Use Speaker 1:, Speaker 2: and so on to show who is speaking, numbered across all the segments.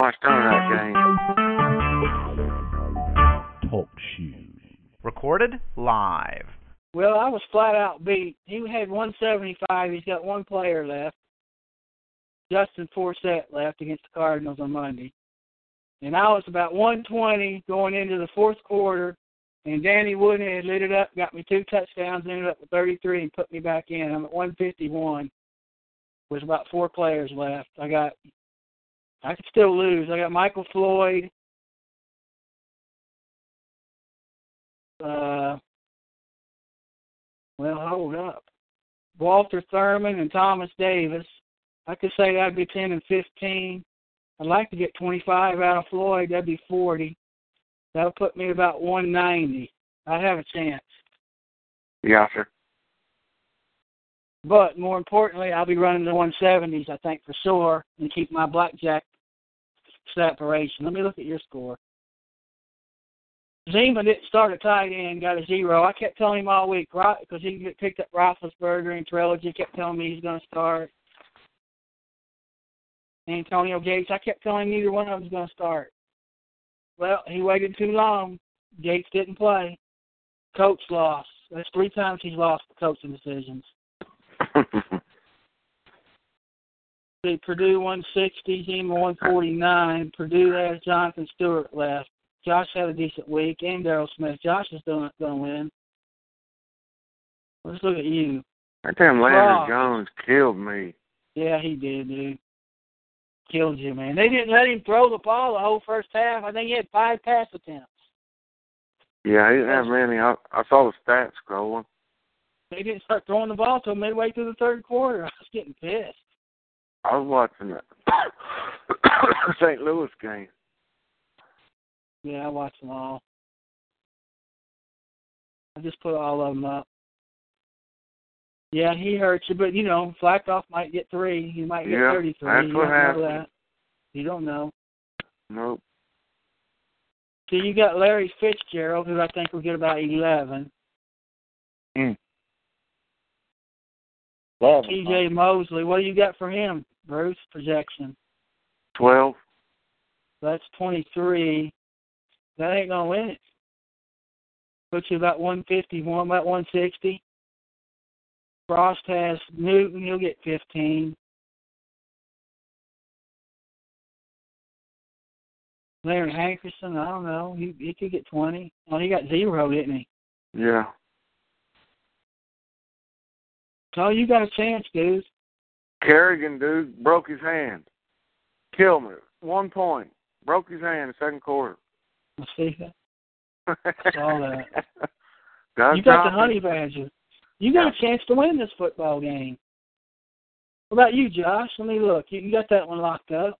Speaker 1: Watch Donut
Speaker 2: Mm-hmm.
Speaker 1: Game.
Speaker 3: Talk shoes. Recorded live.
Speaker 2: Well, I was flat out beat. He had 175. He's got one player left. Justin Forsett left against the Cardinals on Monday. And I was about 120 going into the fourth quarter. And Danny Woodhead lit it up, got me two touchdowns, ended up with 33 and put me back in. I'm at 151 with about four players left. I got, I could still lose. I got Michael Floyd. Uh, well, hold up. Walter Thurman and Thomas Davis. I could say that'd be 10 and 15. I'd like to get 25 out of Floyd. That'd be 40. That'll put me about 190. I have a chance.
Speaker 1: Yeah, sir.
Speaker 2: But more importantly, I'll be running the 170s, I think, for sure, and keep my blackjack separation. Let me look at your score. Zima didn't start a tight end, got a zero. I kept telling him all week, right, because he get- picked up Roethlisberger and Trilogy, kept telling me he's going to start. Antonio Gates, I kept telling him neither one of them's going to start. Well, he waited too long. Gates didn't play. Coach lost. That's three times he's lost the coaching decisions. See, Purdue 160, Zima 149. Purdue has Jonathan Stewart left. Josh had a decent week, and Daryl Smith. Josh is going to win. Let's look at you.
Speaker 1: that damn Landry
Speaker 2: Wow.
Speaker 1: Jones killed me.
Speaker 2: Yeah, he did, dude. Killed you, man. They didn't let him throw the ball the whole first half. I think he had five pass attempts.
Speaker 1: Yeah, he didn't have many. I, I saw the stats scrolling.
Speaker 2: They didn't start throwing the ball till midway through the third quarter. I was getting pissed.
Speaker 1: I was watching the St. Louis game.
Speaker 2: Yeah, I watched them all. I just put all of them up. Yeah, he hurt you, but you know, Flaccoff might get three. He might get
Speaker 1: Yeah,
Speaker 2: 33.
Speaker 1: that's
Speaker 2: you
Speaker 1: what
Speaker 2: don't
Speaker 1: happened.
Speaker 2: Know that. You don't know.
Speaker 1: Nope.
Speaker 2: So you got Larry Fitzgerald, who I think will get about 11.
Speaker 1: Mm.
Speaker 2: TJ Mosley, what do you got for him, Bruce? Projection.
Speaker 1: 12.
Speaker 2: That's 23. That ain't going to win it. Puts you about 151, about 160. Frost has Newton, he'll get 15. Larry Hankerson, I don't know. He, he could get 20. Well, he got zero, didn't he?
Speaker 1: Yeah.
Speaker 2: So you got a chance, dude.
Speaker 1: Kerrigan, dude, broke his hand. Killed me. One point. Broke his hand in the second quarter.
Speaker 2: Let's see. saw that.
Speaker 1: Gus
Speaker 2: You got the
Speaker 1: Johnson.
Speaker 2: honey badger. You got a chance to win this football game. What about you, Josh? Let me look. You, you got that one locked up.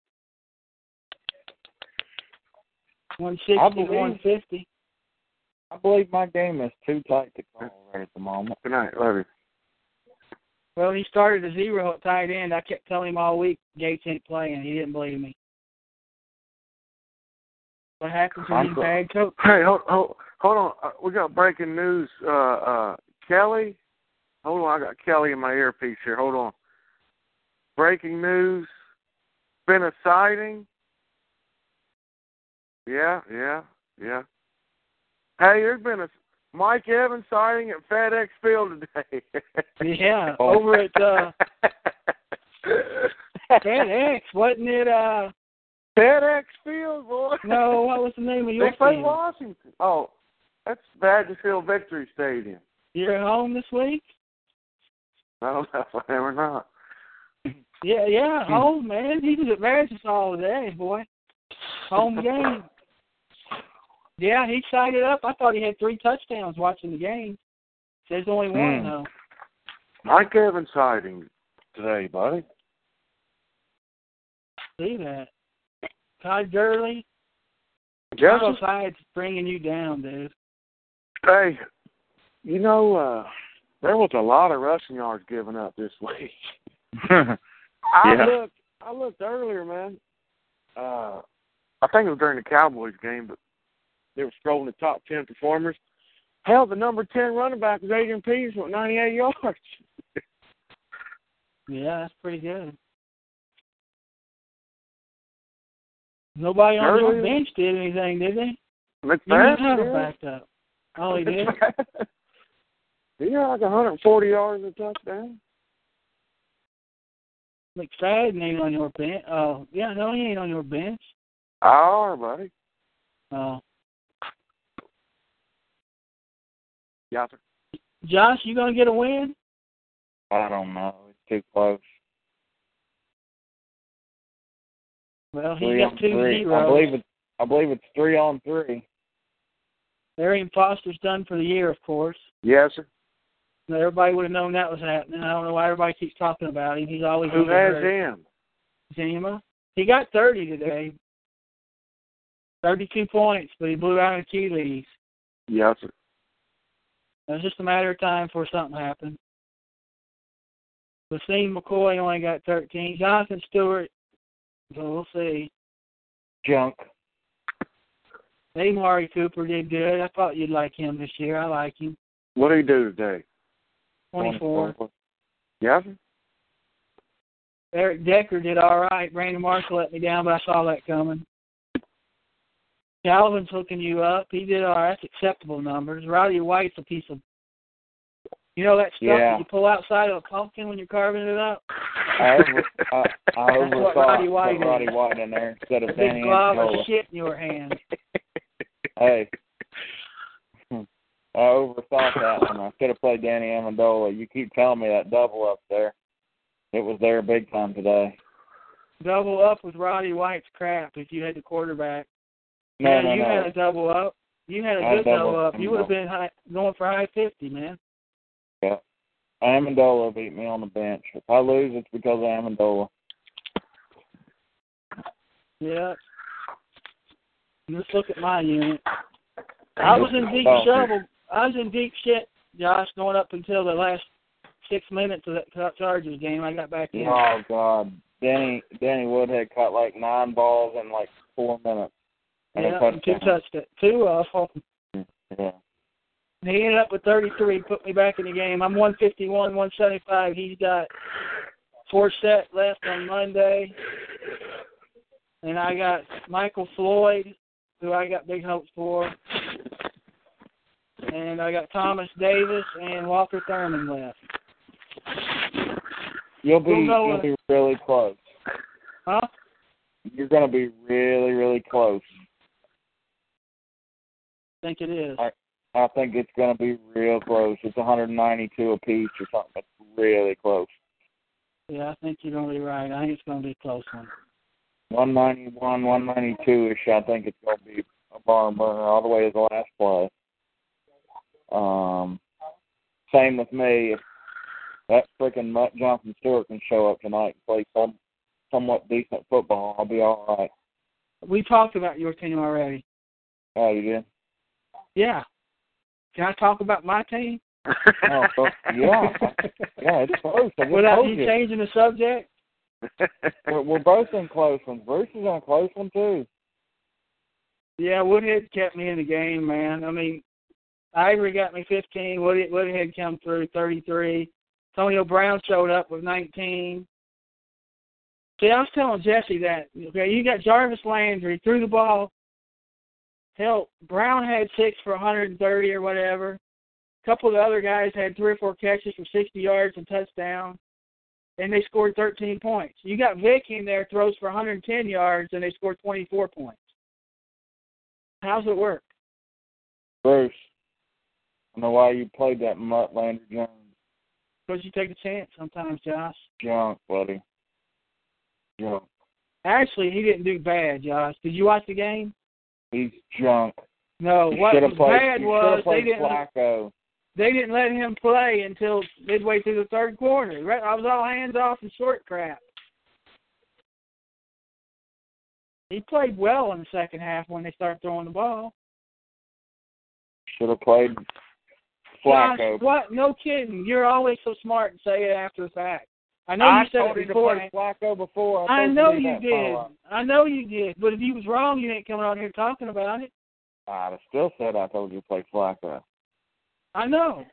Speaker 2: One sixty,
Speaker 4: I believe-
Speaker 2: one fifty.
Speaker 4: I believe my game is too tight to call right at the moment.
Speaker 1: Good night, love you.
Speaker 2: Well, he started a zero at tight end. I kept telling him all week Gates ain't playing. He didn't believe me. What happens when
Speaker 1: I'm
Speaker 2: you
Speaker 1: go-
Speaker 2: bad coach?
Speaker 1: Hey, hold, hold, hold on. Uh, we got breaking news. Uh, uh, Kelly, hold on. I got Kelly in my earpiece here. Hold on. Breaking news. Been a sighting. Yeah, yeah, yeah. Hey, there's been a Mike Evans sighting at FedEx Field today.
Speaker 2: Yeah,
Speaker 1: Oh.
Speaker 2: over at uh, FedEx, wasn't it? Uh,
Speaker 1: FedEx Field, boy.
Speaker 2: no, what was the name of your
Speaker 1: They play
Speaker 2: team?
Speaker 1: Washington. Oh, that's Badger Field Victory Stadium.
Speaker 2: You're at home this week.
Speaker 1: I don't know if I am or not.
Speaker 2: Yeah, yeah, home man. He was at Marist's all day, boy. Home game. Yeah, he signed it up. I thought he had three touchdowns watching the game. There's only one
Speaker 4: Hmm.
Speaker 2: though.
Speaker 1: Mike Evans sighting today, buddy.
Speaker 2: See that? Todd Gurley,
Speaker 1: Justin,
Speaker 2: side's bringing you down, dude.
Speaker 1: hey, you know, uh, there was a lot of rushing yards given up this week. I
Speaker 4: Yeah.
Speaker 1: looked. I looked earlier, man. Uh, I think it was during the Cowboys game, but they were scrolling the top ten performers. Hell, the number ten running back was Adrian Peterson with ninety-eight yards.
Speaker 2: Yeah, that's pretty good. Nobody on
Speaker 1: Gurley-
Speaker 2: your bench did anything, did they? You
Speaker 1: McFadden,
Speaker 2: never
Speaker 1: did.
Speaker 2: backed up. Oh, he did.
Speaker 1: he had like 140 yards and a touchdown.
Speaker 2: McFadden ain't on your bench. Oh, yeah, no, he ain't on your bench.
Speaker 1: Hour, buddy.
Speaker 2: Oh,
Speaker 1: Yeah.
Speaker 2: Josh, you gonna get a win?
Speaker 4: I don't know. It's too close.
Speaker 2: Well, he
Speaker 4: Three
Speaker 2: got
Speaker 4: on
Speaker 2: two
Speaker 4: three. I
Speaker 2: zeros.
Speaker 4: believe it's I believe it's three on three.
Speaker 2: Larry Imposter's done for the year, of course.
Speaker 1: Yes, sir.
Speaker 2: Now, everybody would have known that was happening. I don't know why everybody keeps talking about him. He's always
Speaker 1: Who
Speaker 2: either
Speaker 1: has
Speaker 2: hurt.
Speaker 1: him?
Speaker 2: Zima. He got 30 today, 32 points, but he blew out Achilles.
Speaker 1: Yes, sir.
Speaker 2: It was just a matter of time before something happened. Lassine McCoy only got 13. Jonathan Stewart, so we'll see.
Speaker 4: Junk.
Speaker 2: Amari Cooper did good. I thought you'd like him this year. I like him.
Speaker 1: What did he do today?
Speaker 2: 24.
Speaker 1: Yes, sir.
Speaker 2: Eric Decker did all right. Brandon Marshall let me down, but I saw that coming. Calvin's hooking you up. He did all right. That's acceptable numbers. Roddy White's a piece of. You know that stuff
Speaker 4: Yeah.
Speaker 2: that you pull outside of a pumpkin when you're carving it up?
Speaker 4: I over, I, I
Speaker 2: That's what
Speaker 4: overthought
Speaker 2: Roddy
Speaker 4: put
Speaker 2: White is.
Speaker 4: Roddy White in there instead
Speaker 2: A
Speaker 4: of
Speaker 2: big
Speaker 4: Danny
Speaker 2: glob of
Speaker 4: Amendola.
Speaker 2: shit in your hand.
Speaker 4: Hey. I overthought that one. I should have played Danny Amendola. You keep telling me that double up there. It was there big time today.
Speaker 2: Double up with Roddy White's crap if you had the quarterback.
Speaker 4: No,
Speaker 2: yeah,
Speaker 4: no,
Speaker 2: you
Speaker 4: no.
Speaker 2: had a double up. You had a
Speaker 4: I had
Speaker 2: good
Speaker 4: double
Speaker 2: double up. You would have
Speaker 4: double.
Speaker 2: been high, going for high 50, man.
Speaker 4: Yeah. Amendola beat me on the bench. If I lose, it's because of Amendola.
Speaker 2: Yeah. Let's look at my unit. I was in deep
Speaker 4: Oh.
Speaker 2: trouble. I was in deep shit, Josh, going up until the last six minutes of that Chargers game. I got back in.
Speaker 4: Oh God, Danny Danny Woodhead caught like nine balls in like four minutes. And
Speaker 2: yeah,
Speaker 4: a
Speaker 2: and two
Speaker 4: touchdown.
Speaker 2: touchdowns. Two of them.
Speaker 4: Yeah.
Speaker 2: And He ended up with 33, put me back in the game. I'm 151, 175. He's got four set left on Monday. And I got Michael Floyd, who I got big hopes for. And I got Thomas Davis and Walker Thurman left.
Speaker 4: You'll be
Speaker 2: We'll go
Speaker 4: you'll
Speaker 2: with-
Speaker 4: be really close.
Speaker 2: Huh?
Speaker 4: You're gonna be really, really close.
Speaker 2: think it is.
Speaker 4: I- I think it's gonna be real close. It's 192 apiece or something. It's really close.
Speaker 2: Yeah, I think you're going to be right. I think it's going to be a close one.
Speaker 4: 191, 192 ish. I think it's gonna be a barn burner all the way to the last play. Um, same with me. If that freaking Mutt Johnson Stewart can show up tonight and play some somewhat decent football, I'll be all right.
Speaker 2: We talked about your team already.
Speaker 4: Oh, you did?
Speaker 2: Yeah. Can I talk about my team
Speaker 4: Oh, fuck, yeah, yeah. It's close. I just
Speaker 2: without
Speaker 4: told
Speaker 2: you
Speaker 4: you.
Speaker 2: changing the subject?
Speaker 4: We're, we're both in close ones. Bruce is in a close one too.
Speaker 2: Yeah, Woodhead kept me in the game, man. I mean, Ivory got me 15. Woodhead, Woodhead come through 33. Antonio Brown showed up with 19. See, I was telling Jesse that. Okay, you got Jarvis Landry threw the ball. Hell, Brown had six for 130 or whatever. A couple of the other guys had three or four catches for 60 yards and touchdown, and they scored 13 points. You got Vic in there throws for 110 yards and they scored 24 points. How's it work?
Speaker 4: Bruce, I don't know why you played that Mutt Landry Jones
Speaker 2: Because you take a chance sometimes, Josh.
Speaker 4: junk, buddy. Junk.
Speaker 2: Actually, he didn't do bad, Josh. Did you watch the game?
Speaker 4: He's junk.
Speaker 2: No.
Speaker 4: You
Speaker 2: what
Speaker 4: should have
Speaker 2: was
Speaker 4: played,
Speaker 2: bad
Speaker 4: you
Speaker 2: was
Speaker 4: should
Speaker 2: they
Speaker 4: have played
Speaker 2: didn't
Speaker 4: Flacco.
Speaker 2: they didn't let him play until midway through the third quarter. Right- I was all hands off and short crap. He played well in the second half when they started throwing the ball.
Speaker 4: Should have played Flacco.
Speaker 2: Josh, what? No kidding. You're always so smart and say it after the fact. I know
Speaker 4: I
Speaker 2: you said
Speaker 4: told
Speaker 2: it
Speaker 4: him to
Speaker 2: before.
Speaker 4: play Flacco before.
Speaker 2: I
Speaker 4: told
Speaker 2: know
Speaker 4: to do
Speaker 2: you
Speaker 4: that
Speaker 2: did.
Speaker 4: follow-up.
Speaker 2: I know you did. But if you was wrong, you ain't coming on here talking about it.
Speaker 4: I'd have still said I told you to play Flacco.
Speaker 2: I know.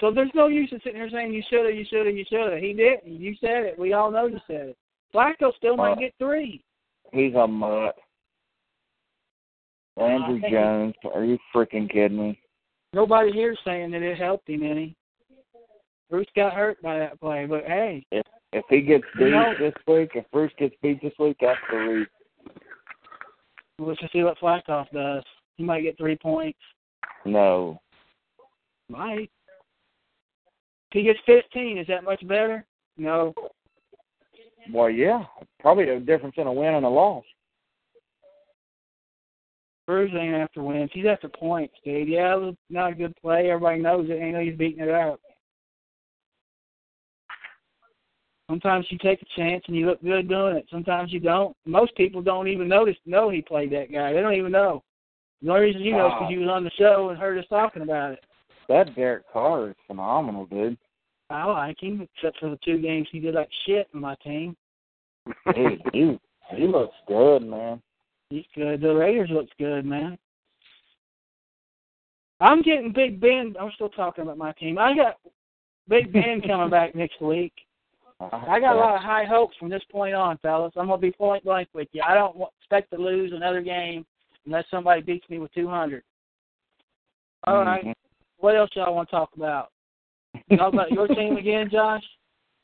Speaker 2: So there's no use in sitting here saying you shoulda, you shoulda, you shoulda. He didn't. You said it. We all know you said it. Flacco still
Speaker 4: Uh,
Speaker 2: might get three.
Speaker 4: He's a mutt. Andrew
Speaker 2: think he-
Speaker 4: Jones, are you freaking kidding me?
Speaker 2: Nobody here's saying that it helped him any. Bruce got hurt by that play, but hey,
Speaker 4: If he gets beat
Speaker 2: No.
Speaker 4: this week, if Bruce gets beat this week, that's the reason.
Speaker 2: let's just see what Flacco does. He might get three points.
Speaker 4: No.
Speaker 2: Might. If he gets 15, is that much better? No.
Speaker 4: Well, yeah, probably a difference in a win and a loss.
Speaker 2: Bruce ain't after wins. He's after points, dude. Yeah, it was not a good play. Everybody knows it. Ain't know he's beating it out. Sometimes you take a chance and you look good doing it. Sometimes you don't. Most people don't even notice know he played that guy. They don't even know. The only reason you know is
Speaker 4: Ah.
Speaker 2: because you was on the show and heard us talking about it.
Speaker 4: That Derek Carr is phenomenal, dude.
Speaker 2: I like him, except for the two games he did like shit in my team.
Speaker 4: He he, he looks good, man.
Speaker 2: He's good. The Raiders looks good, man. I'm getting Big Ben. I'm still talking about my team. I got Big Ben coming back next week. I got a lot of high hopes from this point on, fellas. I'm gonna be point blank with you. I don't wa- expect to lose another game unless somebody beats me with 200. All right.
Speaker 4: Mhm.
Speaker 2: What else y'all want to talk about? Talk about your team again, Josh.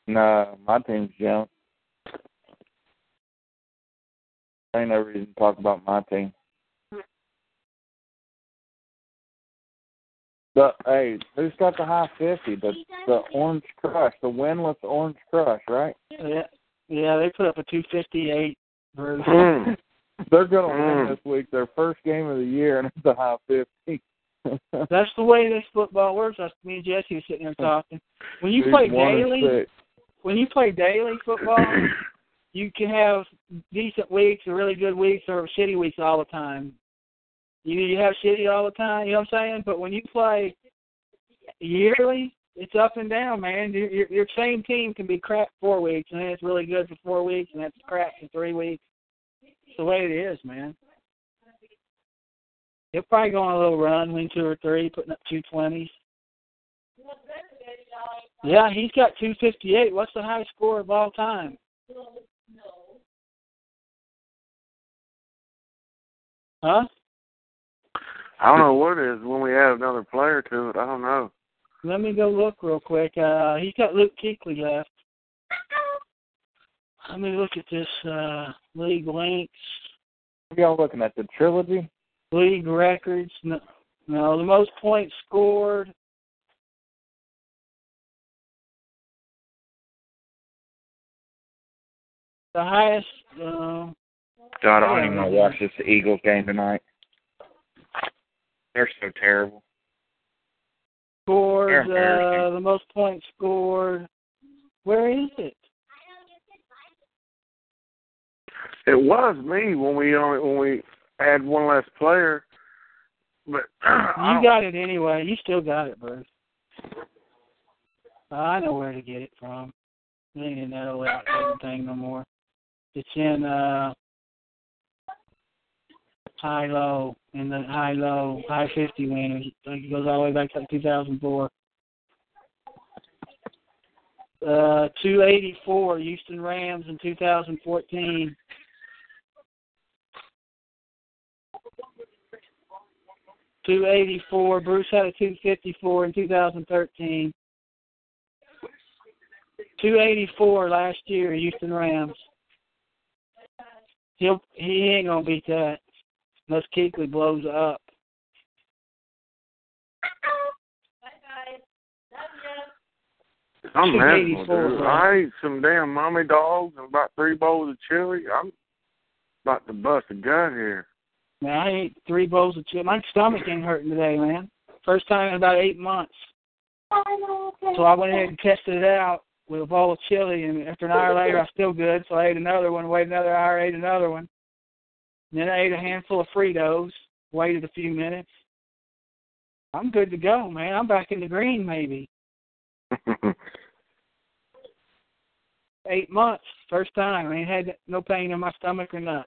Speaker 4: No, Mm-hmm. my team's junk. Ain't no reason to talk about my team. The hey, who's got the high fifty? The the orange crush, the winless orange crush, right?
Speaker 2: Yeah, yeah. They put up a 258. Bruce.
Speaker 1: Mm.
Speaker 4: They're gonna
Speaker 1: Mm.
Speaker 4: win this week, their first game of the year, and it's a high fifty.
Speaker 2: That's the way this football works. That's me and Jesse were sitting there talking. When you
Speaker 4: Dude,
Speaker 2: play
Speaker 4: one and
Speaker 2: daily,
Speaker 4: six.
Speaker 2: when you play daily football, you can have decent weeks or really good weeks or shitty weeks all the time. You you have shitty all the time, you know what I'm saying? But when you play yearly, it's up and down, man. Your your, your same team can be crap four weeks, and then it's really good for four weeks, and that's crap for three weeks. It's the way it is, man. They'll probably go on a little run, win two or three, putting up two twenties. Yeah, he's got two fifty eight. What's the highest score of all time? Huh?
Speaker 1: I don't know what it is when we add another player to it. I don't know.
Speaker 2: Let me go look real quick. Uh he's got Luke Keekley left. Let me look at this uh league links,
Speaker 4: What are y'all looking at? The trilogy?
Speaker 2: league records. No, no the most points scored. The highest uh,
Speaker 4: God,
Speaker 2: I don't even wanna watch
Speaker 4: this Eagles game tonight. They're so terrible. They're
Speaker 2: scored, uh,
Speaker 4: embarrassing.
Speaker 2: the most points scored. Where is it?
Speaker 1: It was me when we only when we add one less player, but I
Speaker 2: You
Speaker 1: don't-
Speaker 2: got it anyway. You still got it, Bruce. I know where to get it from. It ain't in that old outdated thing no more. It's in uh high low in the high low high fifty winners. Like it goes all the way back to like two thousand four. Uh, 284 Houston Rams in 2014. two eighty four. Bruce had a two fifty four in two thousand thirteen. Two eighty four last year, Houston Rams. He'll he ain't gonna beat that unless Keekly blows up.
Speaker 1: I'm having
Speaker 2: 284,
Speaker 1: dude.
Speaker 2: bro.
Speaker 1: I ate some damn mommy dogs and about three bowls of chili. I'm about to bust a gut here.
Speaker 2: Man, I ate three bowls of chip. My stomach ain't hurting today, man. First time in about eight months. So I went ahead and tested it out with a bowl of chili, and after an hour later, I was still good. So I ate another one, waited another hour, ate another one. Then I ate a handful of Fritos, waited a few minutes. I'm good to go, man. I'm back in the green maybe. Eight months, first time. I ain't had no pain in my stomach or nothing.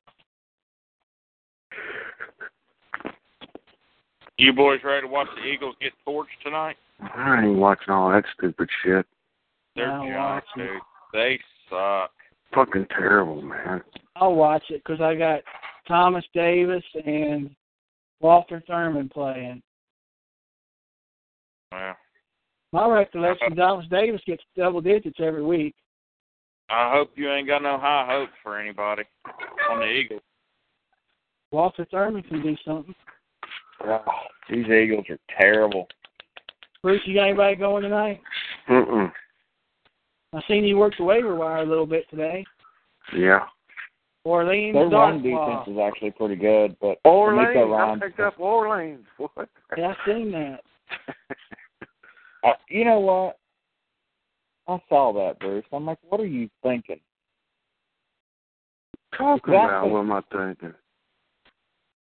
Speaker 5: You boys ready to watch the Eagles get torched tonight?
Speaker 1: I ain't watching all that stupid shit.
Speaker 5: They're
Speaker 2: I'll
Speaker 5: junk,
Speaker 2: watch
Speaker 5: dude.
Speaker 2: it.
Speaker 5: They suck.
Speaker 1: Fucking terrible, man.
Speaker 2: I'll watch it because I got Thomas Davis and Walter Thurman playing.
Speaker 5: Well,
Speaker 2: My recollection, Thomas Davis gets double digits every week.
Speaker 5: I hope you ain't got no high hopes for anybody on the Eagles.
Speaker 2: Walter Thurman can do something.
Speaker 4: Ah, These Eagles are terrible.
Speaker 2: Bruce, you got anybody going tonight?
Speaker 1: Mm-mm.
Speaker 2: I seen you work the waiver wire a little bit today.
Speaker 1: Yeah.
Speaker 2: Orleans
Speaker 4: Their run
Speaker 2: Dartclaw.
Speaker 4: defense is actually pretty good, but
Speaker 1: Orleans.
Speaker 4: D'Amico
Speaker 1: I
Speaker 4: Ryan's-
Speaker 1: picked up Orleans. What?
Speaker 2: Yeah, I seen that.
Speaker 4: I, you know what? I saw that, Bruce. I'm like, what are you thinking?
Speaker 1: Talking about
Speaker 4: Exactly.
Speaker 1: what am I thinking?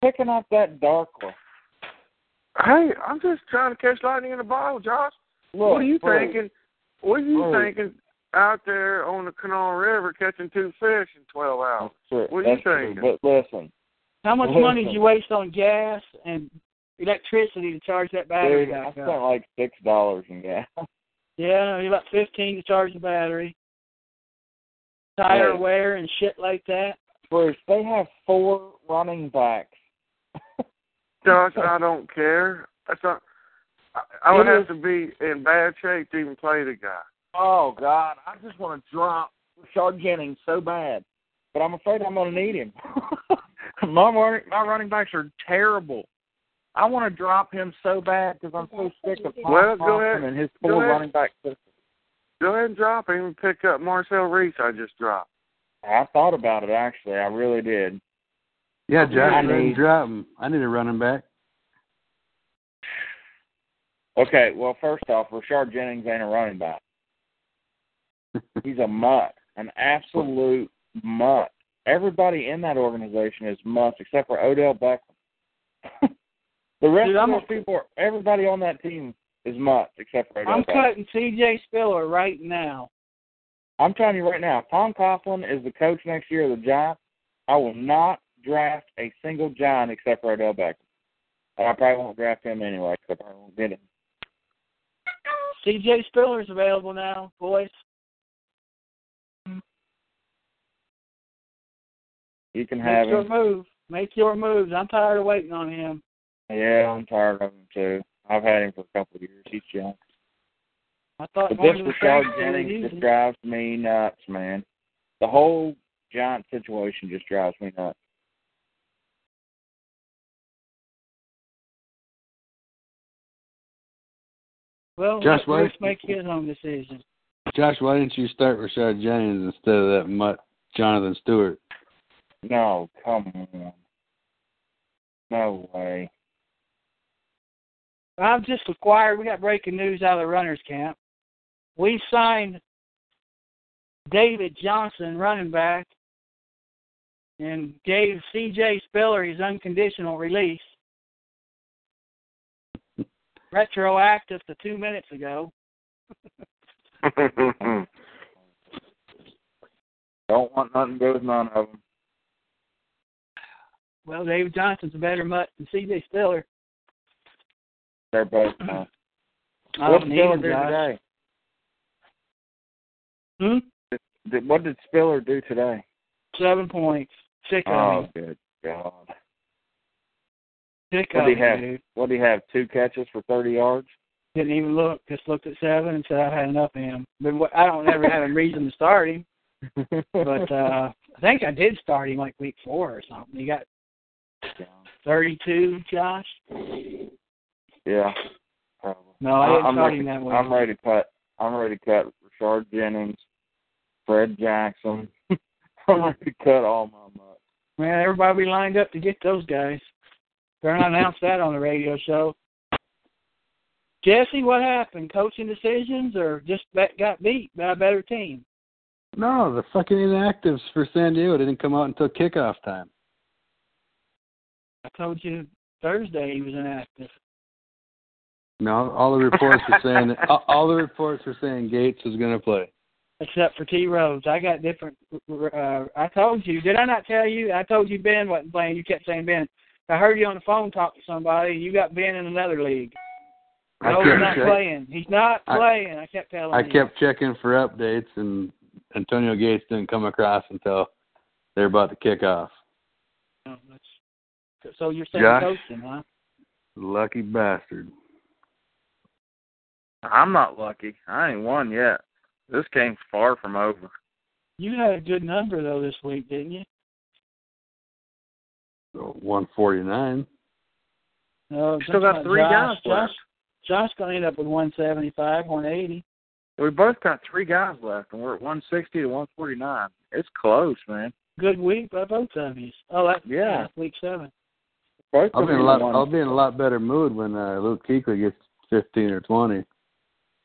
Speaker 4: Picking up that dark one.
Speaker 1: Hey, I'm just trying to catch lightning in a bottle, Josh.
Speaker 4: Look,
Speaker 1: what are you
Speaker 4: Bruce,
Speaker 1: thinking? What are you
Speaker 4: Oh.
Speaker 1: thinking out there on the Canal River catching two fish in 12 hours?
Speaker 4: That's true.
Speaker 1: What are you
Speaker 4: That's true.
Speaker 1: thinking?
Speaker 4: But listen,
Speaker 2: How much
Speaker 4: Listen.
Speaker 2: money did you waste on gas and electricity to charge that battery
Speaker 4: dude, I
Speaker 2: back
Speaker 4: spent
Speaker 2: up?
Speaker 4: like six dollars in gas.
Speaker 2: Yeah, it'd be about fifteen to charge the battery. Tire
Speaker 4: Yeah.
Speaker 2: wear and shit like that.
Speaker 4: Bruce, they have four running backs.
Speaker 1: Josh, I don't care. That's not. I, I would
Speaker 4: It
Speaker 1: have
Speaker 4: is-
Speaker 1: to be in bad shape to even play the guy.
Speaker 4: Oh God, I just want to drop Rashard Jennings so bad, but I'm afraid I'm going to need him. my running, my running backs are terrible. I want to drop him so bad because I'm so sick of Tom
Speaker 1: Well, go
Speaker 4: Thompson
Speaker 1: ahead.
Speaker 4: and his
Speaker 1: Go
Speaker 4: four
Speaker 1: ahead.
Speaker 4: running back system.
Speaker 1: Go ahead and drop him and pick up Marcel Reese. I just dropped.
Speaker 4: I thought about it actually. I really did.
Speaker 6: Yeah, Josh,
Speaker 4: I
Speaker 6: I need
Speaker 4: need-
Speaker 6: drop him. I need a running back.
Speaker 4: Okay, well, first off, Rashard Jennings ain't a running back. He's a mutt, an absolute mutt. Everybody in that organization is mutts except for Odell Beckham. the rest
Speaker 2: Dude,
Speaker 4: of
Speaker 2: I'm
Speaker 4: those people, are, everybody on that team is mutts except for Odell
Speaker 2: I'm
Speaker 4: Beckham.
Speaker 2: cutting CJ Spiller right now.
Speaker 4: I'm telling you right now, Tom Coughlin is the coach next year of the Giants. I will not draft a single Giant except for Odell Beckham. And I probably won't draft him anyway because I probably won't get him.
Speaker 2: CJ Spiller's available now, boys.
Speaker 4: You can have
Speaker 2: Make your
Speaker 4: him.
Speaker 2: move. Make your moves. I'm tired of waiting on him.
Speaker 4: Yeah, I'm tired of him too. I've had him for a couple of years. He's young.
Speaker 2: I thought
Speaker 4: But
Speaker 2: one
Speaker 4: this
Speaker 2: of the
Speaker 4: Rashard
Speaker 2: things they
Speaker 4: Jennings
Speaker 2: used-
Speaker 4: just drives me nuts, man. The whole giant situation just drives me nuts.
Speaker 2: well,
Speaker 6: Josh
Speaker 2: let Bruce
Speaker 6: Wade.
Speaker 2: make his own decision.
Speaker 6: Josh, why didn't you start Rashad Jennings instead of that mutt Jonathan Stewart?
Speaker 4: No, come on. No way.
Speaker 2: I've just acquired. We got breaking news out of the runners camp. We signed David Johnson, running back, and gave C.J. Spiller his unconditional release, retroactive to two minutes ago.
Speaker 4: Don't want nothing to do with none of them.
Speaker 2: Well, David Johnson's a better mutt than C.J. Spiller.
Speaker 4: They're both nuts.
Speaker 2: I
Speaker 4: What
Speaker 2: don't
Speaker 4: did
Speaker 2: need
Speaker 4: Spiller
Speaker 2: him,
Speaker 4: do
Speaker 2: Josh.
Speaker 4: today?
Speaker 2: Hmm?
Speaker 4: Did- What did Spiller do today?
Speaker 2: Seven points. Sick of
Speaker 4: Oh,
Speaker 2: him.
Speaker 4: good God.
Speaker 2: Sick
Speaker 4: What
Speaker 2: of
Speaker 4: did he
Speaker 2: him,
Speaker 4: have?
Speaker 2: dude.
Speaker 4: What did he have? Two catches for 30 yards?
Speaker 2: Didn't even look. Just looked at seven and said, "I've had enough of him." But what, I don't ever have a reason to start him. But uh I think I did start him like week four or something. He got thirty-two, Josh.
Speaker 4: Yeah. Probably.
Speaker 2: No, Oh, I didn't
Speaker 4: I'm
Speaker 2: start
Speaker 4: ready-
Speaker 2: him that way.
Speaker 4: I'm ready to cut. I'm ready to cut Rashard Jennings, Fred Jackson. I'm ready to cut all my mutts.
Speaker 2: Man, everybody be lined up to get those guys. They're not announced that on the radio show. Jesse, what happened? Coaching decisions or just bet, got beat by a better team?
Speaker 6: No, the fucking inactives for San Diego didn't come out until kickoff time.
Speaker 2: told you Thursday he was inactive.
Speaker 6: No, all the reports are saying all- all the reports are saying Gates is going to play.
Speaker 2: except for T Rose. I got different. Uh, I told you, did I not tell you? I told you Ben wasn't playing. You kept saying Ben. I heard you on the phone talk to somebody. You got Ben in another league.
Speaker 6: I
Speaker 2: No, he's
Speaker 6: kept
Speaker 2: not
Speaker 6: check-
Speaker 2: playing. He's not
Speaker 6: I-
Speaker 2: playing. I, kept telling
Speaker 6: I
Speaker 2: you.
Speaker 6: kept checking for updates, and Antonio Gates didn't come across until they're about to kick off.
Speaker 2: No, that's- So you're saying
Speaker 6: Josh?
Speaker 2: coaching, huh?
Speaker 6: Lucky bastard.
Speaker 4: I'm not lucky. I ain't won yet. This game's far from over.
Speaker 2: You had a good number though this week, didn't you?
Speaker 6: One forty nine.
Speaker 2: No,
Speaker 4: Still got
Speaker 2: just-
Speaker 4: three
Speaker 2: Oh, Josh,
Speaker 4: guys left.
Speaker 2: Josh, Josh gonna end up with 175, 180.
Speaker 4: We both got three guys left, and we're at 160 to 149. It's close, man.
Speaker 2: Good week by both of you. Oh, that's
Speaker 4: Yeah.
Speaker 2: that's week seven.
Speaker 4: Both
Speaker 6: I'll
Speaker 4: of
Speaker 6: be in
Speaker 4: you
Speaker 6: a lot.
Speaker 4: won.
Speaker 6: I'll be in a lot better mood when uh, Luke Kuechly gets fifteen or twenty.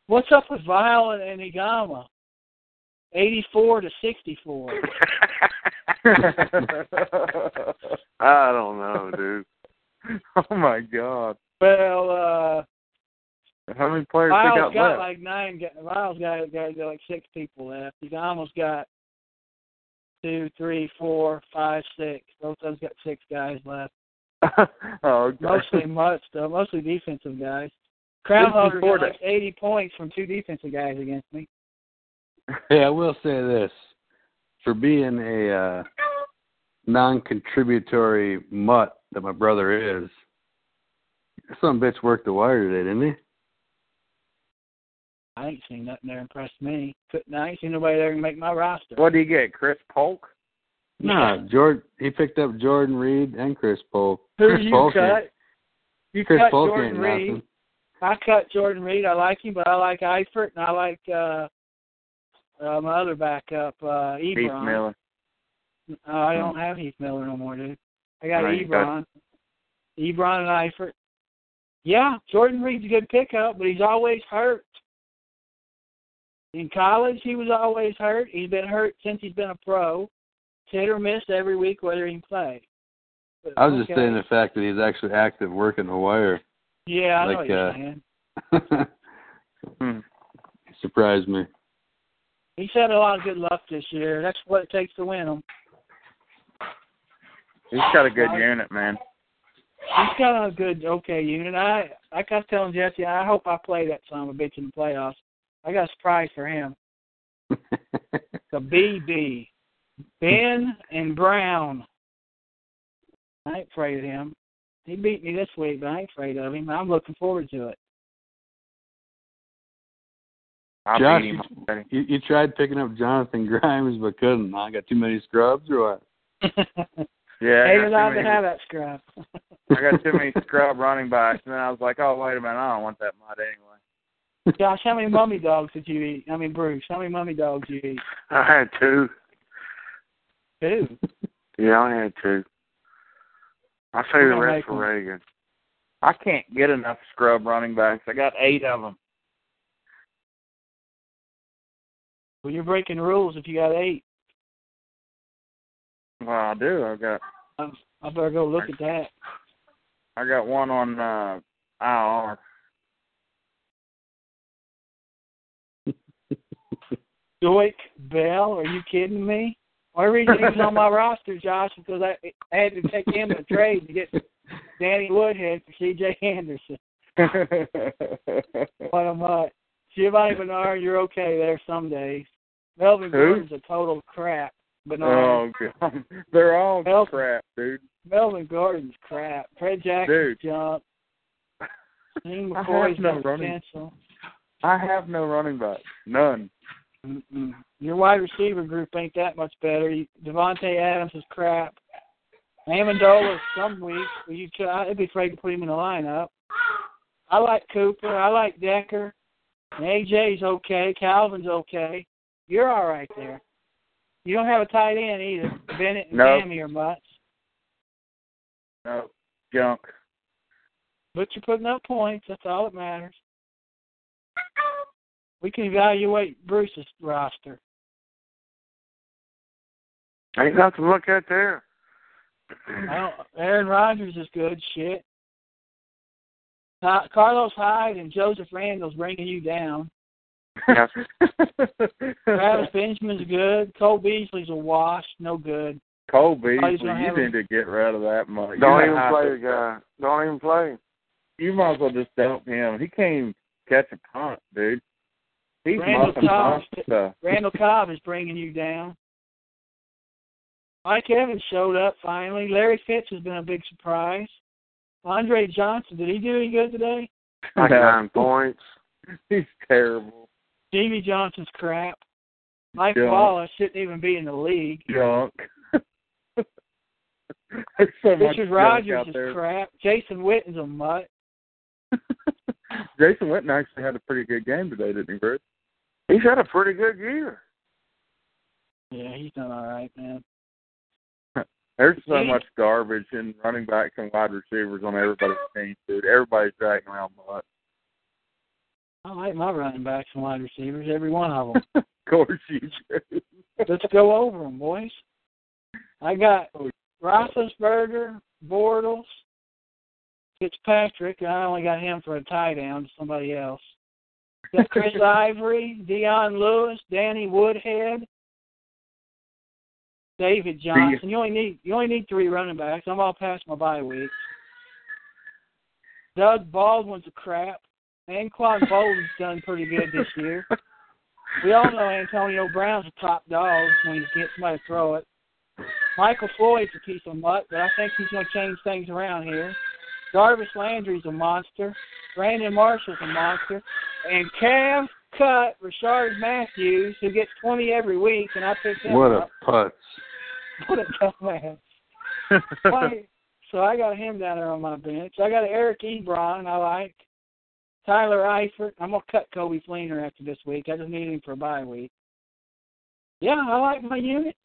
Speaker 2: What's up with Vile and, and Igama? 84 to 64.
Speaker 1: I don't know, dude.
Speaker 4: oh my God!
Speaker 2: well, uh,
Speaker 4: How many players they
Speaker 2: Vile's
Speaker 4: uh, got,
Speaker 2: got
Speaker 4: left?
Speaker 2: like nine. gu- Vile's got, got, got like six people left. Igama's got two, three, four, five, six. Both of them's got six guys left.
Speaker 4: oh, God.
Speaker 2: Mostly much though, mostly defensive guys.
Speaker 4: This
Speaker 2: Crownhugger
Speaker 4: is Florida.
Speaker 2: got like 80 points from two defensive guys against me.
Speaker 6: Hey, I will say this: for being a uh, non-contributory mutt that my brother is, some bitch worked the wire today, didn't he?
Speaker 2: I ain't seen nothing there impress me. Couldn't I ain't seen nobody there to make my roster.
Speaker 4: What do you get, Chris Polk?
Speaker 6: No, Jordan. He picked up Jordan Reed and Chris Polk.
Speaker 2: Who
Speaker 6: Chris
Speaker 2: you
Speaker 6: Polk ain't-
Speaker 2: cut? You
Speaker 6: Chris
Speaker 2: cut
Speaker 6: Polk
Speaker 2: Jordan
Speaker 6: ain't
Speaker 2: Reed.
Speaker 6: nothing.
Speaker 2: I cut Jordan Reed. I like him, but I like Eifert and I like uh, uh my other backup, uh
Speaker 4: Keith
Speaker 2: Ebron.
Speaker 4: Miller.
Speaker 2: Uh, I don't
Speaker 6: Hmm.
Speaker 2: have Heath Miller no more, dude. I got
Speaker 4: No, you
Speaker 2: Ebron.
Speaker 4: got-
Speaker 2: Ebron and Eifert. Yeah, Jordan Reed's a good pickup, but he's always hurt. In college he was always hurt. He's been hurt since he's been a pro. It's hit or miss every week whether he can play. But,
Speaker 6: I was just
Speaker 2: okay.
Speaker 6: saying the fact that he's actually active working the wire
Speaker 2: Yeah, I know
Speaker 6: like,
Speaker 2: what you're
Speaker 6: uh,
Speaker 2: saying.
Speaker 4: Hmm.
Speaker 6: surprised me.
Speaker 2: He's had a lot of good luck this year. That's what it takes to win them.
Speaker 4: He's got a good
Speaker 2: Right.
Speaker 4: unit, man.
Speaker 2: He's got a good okay unit. I like I was telling Jesse, I hope I play that son of a bitch in the playoffs. I got a surprise for him. The BB, Ben and Brown. I ain't afraid of him. He beat me this week, but I ain't afraid of him. I'm looking forward to it.
Speaker 4: I
Speaker 6: Josh,
Speaker 4: beat him already.
Speaker 6: you, you tried picking up Jonathan Grimes but couldn't. I got too many scrubs or what?
Speaker 4: Yeah, I
Speaker 2: Ain't
Speaker 4: got too
Speaker 2: allowed to
Speaker 4: many-
Speaker 2: have that scrap.
Speaker 4: I got too many scrub running backs, and then I was like, oh wait a minute, I don't want that mutt anyway.
Speaker 2: Josh, how many mummy dogs did you eat? I mean, Bruce, how many mummy dogs you eat?
Speaker 1: I had two.
Speaker 2: Two.
Speaker 1: Yeah, I had two. I say
Speaker 2: You're
Speaker 1: the
Speaker 2: gonna
Speaker 1: rest
Speaker 2: make
Speaker 1: for
Speaker 2: them.
Speaker 1: Reagan.
Speaker 4: I can't get enough scrub running backs. I got eight of them.
Speaker 2: Well, you're breaking rules if you got eight.
Speaker 4: Well, I do. I got
Speaker 2: I I better go look at that.
Speaker 4: I got one on uh IR.
Speaker 2: Doik Bell, are you kidding me? Only reason he was on my roster, Josh, is because I, I had to take him in a trade to get Danny Woodhead for C.J. Anderson. What a mutt. Giovanni Bernard, you're okay there some days. Melvin
Speaker 4: Who?
Speaker 2: Gordon's a total crap. um, Bernard,
Speaker 4: oh god, they're all
Speaker 2: Help.
Speaker 4: crap, dude.
Speaker 2: Melvin Gordon's crap. Fred Jackson's
Speaker 4: Dude.
Speaker 2: jump. Dean
Speaker 4: I have
Speaker 2: McCoy's
Speaker 4: no
Speaker 2: got
Speaker 4: running-
Speaker 2: potential.
Speaker 4: I have no running backs, none.
Speaker 2: Mm-mm. Your wide receiver group ain't that much better. You- Devontae Adams is crap. Amendola some weeks, but you could, I'd be afraid to put him in the lineup. I like Cooper. I like Decker. And AJ's okay. Calvin's okay. You're all right there. You don't have a tight end either. Bennett and
Speaker 4: No.
Speaker 2: Sammy are much.
Speaker 4: No junk.
Speaker 2: But you're putting up points. That's all that matters. We can evaluate Bruce's roster.
Speaker 1: Ain't nothing to look at there.
Speaker 2: I don't, Aaron Rodgers is good shit. Hi- Carlos Hyde and Joseph Randall's bringing you down.
Speaker 1: Yes.
Speaker 2: Travis Benjamin's good. Cole Beasley's a wash, no good.
Speaker 4: Cole
Speaker 2: Oh,
Speaker 4: Beasley,
Speaker 2: he's gonna
Speaker 4: you
Speaker 2: have
Speaker 4: need to get rid of that money.
Speaker 1: Don't even play the guy. Don't even play him.
Speaker 4: You might as well just dump him. He can't even catch a punt, dude. He's
Speaker 2: Randall
Speaker 4: muffing
Speaker 2: Cobb.
Speaker 4: monster stuff.
Speaker 2: Randall Cobb is bringing you down. Mike Evans showed up finally. Larry Fitz has been a big surprise. Andre Johnson, did he do any good today?
Speaker 1: Like nine points.
Speaker 4: He's terrible.
Speaker 2: Stevie Johnson's crap. Mike
Speaker 4: Yeah.
Speaker 2: Wallace shouldn't even be in the league.
Speaker 4: Junk. There's so much
Speaker 2: Richard
Speaker 4: junk
Speaker 2: Rogers
Speaker 4: out
Speaker 2: is
Speaker 4: there.
Speaker 2: crap. Jason Witten's a mutt.
Speaker 4: Jason Witten actually had a pretty good game today, didn't he, Bruce?
Speaker 1: He's had a pretty good year.
Speaker 2: Yeah, he's done all right, man.
Speaker 4: There's so
Speaker 2: He-
Speaker 4: much garbage in running backs and wide receivers on everybody's team, dude. Everybody's dragging around much.
Speaker 2: I like my running backs and wide receivers, every one of them.
Speaker 4: of course you do.
Speaker 2: Let's go over them, boys. I got Roethlisberger, Bortles, Fitzpatrick, and I only got him for a tie down to somebody else. Got Chris Ivory, Dion Lewis, Danny Woodhead, David Johnson. You only need you only need three running backs. I'm all past my bye week. Doug Baldwin's a crap. Anquan Bolden's done pretty good this year. We all know Antonio Brown's a top dog when he gets somebody to throw it. Michael Floyd's a piece of mutt, but I think he's going to change things around here. Jarvis Landry's a monster. Brandon Marshall's a monster. And Cav cut Rashard Matthews, who gets 20 every week, and I picked him
Speaker 6: What a
Speaker 2: up.
Speaker 6: putz.
Speaker 2: What a dumbass. Why- so I got him down there on my bench. I got Eric Ebron, I like. Tyler Eifert. I'm going to cut Kobe Fleener after this week. I just need him for a bye week. Yeah, I like my unit.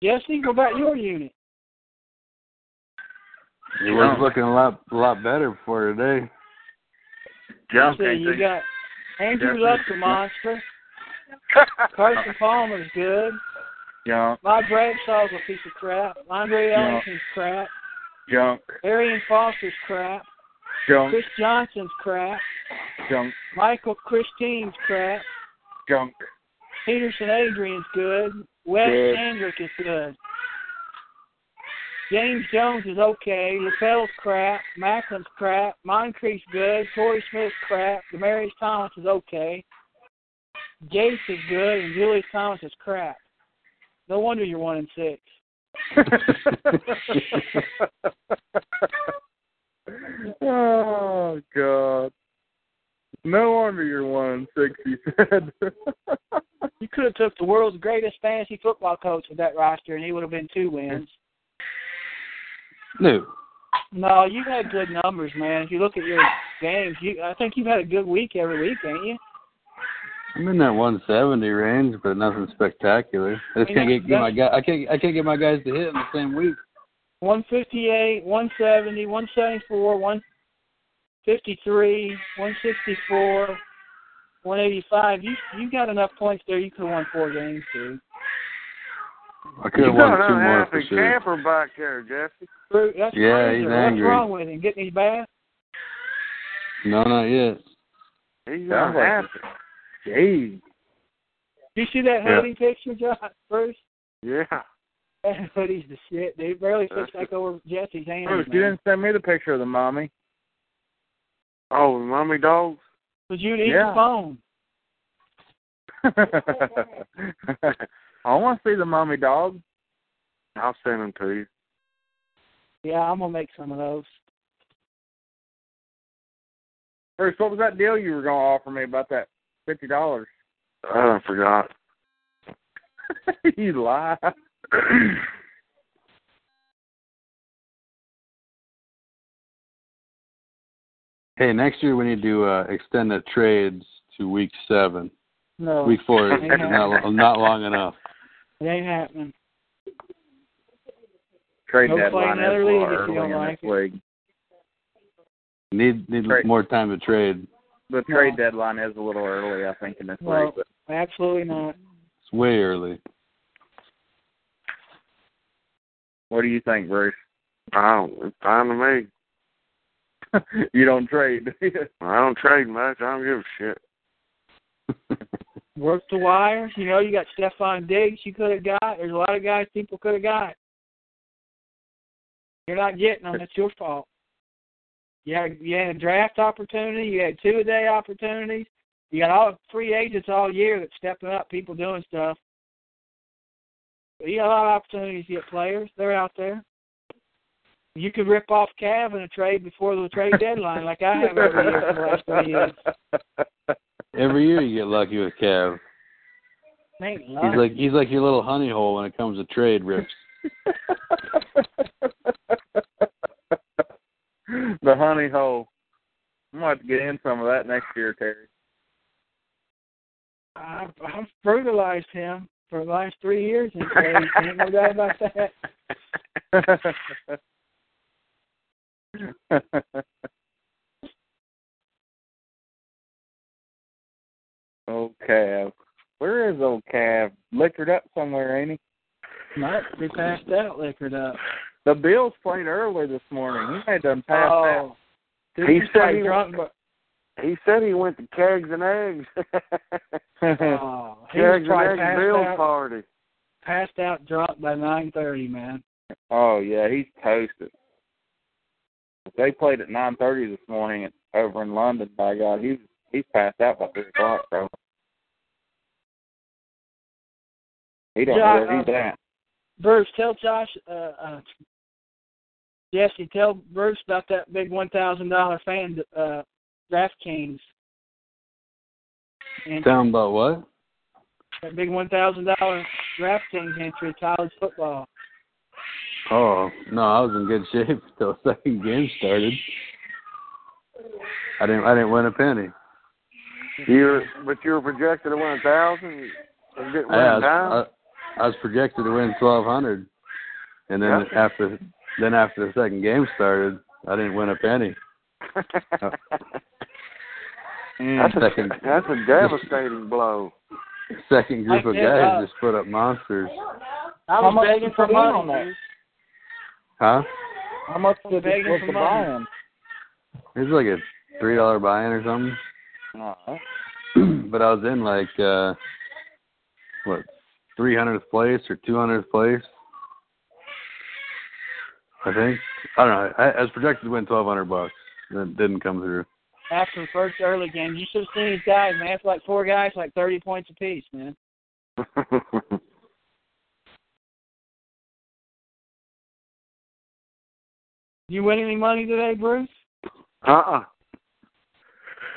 Speaker 2: Jesse, what about your unit?
Speaker 6: He was looking a lot, a lot better eh? before today.
Speaker 4: Junk,
Speaker 2: See, you got Andrew
Speaker 4: Jesse.
Speaker 2: Luck's a monster. Carson Palmer's good.
Speaker 4: Junk,
Speaker 2: My Bradshaw's a piece of crap. Andre
Speaker 4: Yeah.
Speaker 2: Ellington's crap.
Speaker 4: junk,
Speaker 2: Arian Foster's crap.
Speaker 4: junk,
Speaker 2: Chris Johnson's crap.
Speaker 4: junk,
Speaker 2: Michael Christine's crap.
Speaker 4: junk.
Speaker 2: Peterson Adrian's good. Wes
Speaker 4: Good.
Speaker 2: Hendrick is good. James Jones is okay. LaFell's crap. Macklin's crap. Moncrief's good. Torrey Smith's crap. Demarius Thomas is okay. Gates is good, and Julius Thomas is crap. No wonder you're one and six.
Speaker 4: oh God. No wonder you're one sixty said.
Speaker 2: You could have took the world's greatest fantasy football coach with that roster, and he would have been two wins.
Speaker 6: No.
Speaker 2: No, you've had good numbers, man. If you look at your games, you I think you've had a good week every week, ain't you?
Speaker 6: I'm in that 170 range, but nothing spectacular. I just
Speaker 2: You
Speaker 6: can't
Speaker 2: know,
Speaker 6: get my guy. I can't. I can't get my guys to hit in the same week.
Speaker 2: 158, 170, 174, 153, 164, 185. You you got enough points there. You could have won four games, dude.
Speaker 6: I could
Speaker 1: You
Speaker 6: have
Speaker 1: got
Speaker 6: won
Speaker 1: an
Speaker 6: two more for
Speaker 1: unhappy
Speaker 6: sure.
Speaker 1: camper back there, Jesse.
Speaker 2: Fruit, That's
Speaker 6: Yeah,
Speaker 2: crazy.
Speaker 6: he's
Speaker 2: What's
Speaker 6: angry.
Speaker 2: wrong with him? Getting his bath?
Speaker 6: No, not yet.
Speaker 1: He's
Speaker 4: Sounds like
Speaker 1: unhappy.
Speaker 4: Gee.
Speaker 2: Do you see that
Speaker 6: Yeah.
Speaker 2: hoodie picture, John? Bruce?
Speaker 1: Yeah.
Speaker 2: That hoodie's the shit, dude. Barely fits like over Jesse's hand.
Speaker 4: Bruce, you didn't send me the picture of the mommy.
Speaker 1: Oh, mummy dogs.
Speaker 2: Because you need
Speaker 4: Yeah.
Speaker 2: the phone.
Speaker 4: I want to see the mommy dog.
Speaker 1: I'll send them to you.
Speaker 2: Yeah, I'm gonna make some of those.
Speaker 4: Bruce, what was that deal you were gonna offer me about that fifty dollars?
Speaker 1: I forgot.
Speaker 4: you lie.
Speaker 6: Hey, next year we need to uh, extend the trades to week seven.
Speaker 2: No,
Speaker 6: Week four is
Speaker 2: Ain't
Speaker 6: not, not long enough.
Speaker 2: it ain't happening.
Speaker 4: Trade
Speaker 2: Go play
Speaker 4: deadline
Speaker 2: another
Speaker 4: is
Speaker 2: league if you
Speaker 4: early
Speaker 2: don't
Speaker 4: in
Speaker 2: like
Speaker 4: this
Speaker 2: it.
Speaker 4: league.
Speaker 6: Need need
Speaker 4: Right.
Speaker 6: more time to trade.
Speaker 4: The trade deadline is a little early, I think, in this
Speaker 2: Well,
Speaker 4: league. But
Speaker 2: Absolutely not.
Speaker 6: It's way early.
Speaker 4: What do you think, Bruce?
Speaker 1: I don't, it's fine to me.
Speaker 4: you don't trade.
Speaker 1: I don't trade much. I don't give a shit.
Speaker 2: Work the wire. You know, you got Stefan Diggs you could have got. There's a lot of guys people could have got. You're not getting them. It's your fault. You had, you had a draft opportunity. You had two a day opportunities. You got all free agents all year that's stepping up, people doing stuff. But you got a lot of opportunities to get players. They're out there. You could rip off Cav in a trade before the trade deadline, like I have every year for the last three years.
Speaker 6: Every year you get lucky with Cav.
Speaker 2: Ain't
Speaker 6: He's
Speaker 2: luck.
Speaker 6: like he's like your little honey hole when it comes to trade rips.
Speaker 4: the honey hole. I'm gonna have to get in some of that next year, Terry.
Speaker 2: I've, I've brutalized him for the last three years in trades. Ain't no doubt about that.
Speaker 4: old Cav. Where is old Cav? Liquored up somewhere, ain't he?
Speaker 2: Not be passed out liquored up.
Speaker 4: The Bills played early this morning. He may have done passed out.
Speaker 2: Oh, this
Speaker 1: He
Speaker 2: is
Speaker 1: said
Speaker 2: like
Speaker 1: he-
Speaker 2: drunk, but
Speaker 1: He said he went to kegs and eggs.
Speaker 2: oh, he was
Speaker 1: kegs
Speaker 2: probably
Speaker 1: and eggs Bill
Speaker 2: passed out,
Speaker 1: party.
Speaker 2: passed out drunk by nine thirty, man.
Speaker 4: oh yeah, he's toasted. If They played at nine thirty this morning at, over in London. By God, he's he's passed out by three o'clock, bro. He don't know where he's at.
Speaker 2: Bruce, tell Josh, uh, uh, Jesse, tell Bruce about that big one thousand dollar fan uh, DraftKings and
Speaker 6: Tell him about what?
Speaker 2: that big one thousand dollar DraftKings entry college football.
Speaker 6: Oh no, I was in good shape until the second game started. I didn't I didn't win a penny.
Speaker 1: You were, but you were projected to win a thousand and didn't win
Speaker 6: I,
Speaker 1: a dime.
Speaker 6: I, I was projected to win twelve hundred, and then
Speaker 1: Okay.
Speaker 6: after then after the second game started, I didn't win a penny.
Speaker 4: Mm.
Speaker 1: uh, that's, a,
Speaker 6: second.
Speaker 1: that's a devastating blow.
Speaker 6: Second group of
Speaker 2: Like,
Speaker 6: guys
Speaker 2: uh,
Speaker 6: just put up monsters,
Speaker 2: I
Speaker 4: How
Speaker 2: was
Speaker 4: much
Speaker 2: begging
Speaker 4: did
Speaker 2: for
Speaker 4: you win
Speaker 2: money.
Speaker 4: on that?
Speaker 2: dude.
Speaker 6: huh?
Speaker 4: How much did it
Speaker 2: Begging
Speaker 4: was
Speaker 2: for
Speaker 4: the
Speaker 2: money.
Speaker 4: buy-in?
Speaker 6: It was like a three dollar buy in or something.
Speaker 4: No.
Speaker 6: but I was in like uh what three hundredth place or two hundredth place. I think I don't know. I, I was projected to win twelve hundred bucks. That didn't come through.
Speaker 2: After the first early game, you should have seen these guys, man. It's like four guys, like thirty points apiece, man. You win any money today, Bruce?
Speaker 1: uh-uh.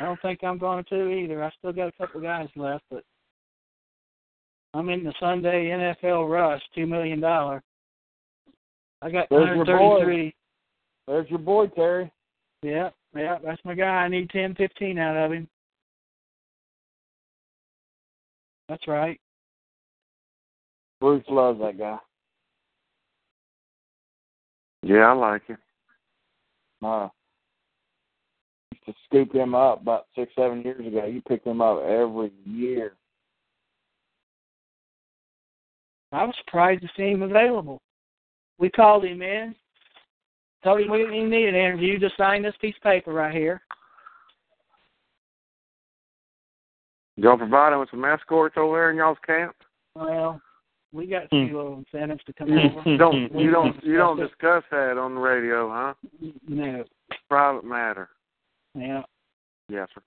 Speaker 2: I don't think I'm going to either. I still got a couple guys left, but I'm in the Sunday NFL rush, two million dollar. I got
Speaker 4: Those were
Speaker 2: 133.
Speaker 4: There's your boy Terry.
Speaker 2: Yep, yep, that's my guy. I need 10, 15 out of him. That's right.
Speaker 4: Bruce loves that guy.
Speaker 1: Yeah, I like it.
Speaker 4: No. Used to scoop him up about six, seven years ago. You picked him up every year.
Speaker 2: I was surprised to see him available. We called him in, told him we didn't even need an interview, just sign this piece of paper right here.
Speaker 1: Y'all provide him with some escorts over there in y'all's camp.
Speaker 2: Well, we got a few little incentives to come over.
Speaker 1: Don't you don't you don't discuss that on the radio, huh?
Speaker 2: No,
Speaker 1: Private matter.
Speaker 2: yeah.
Speaker 1: Yes, sir.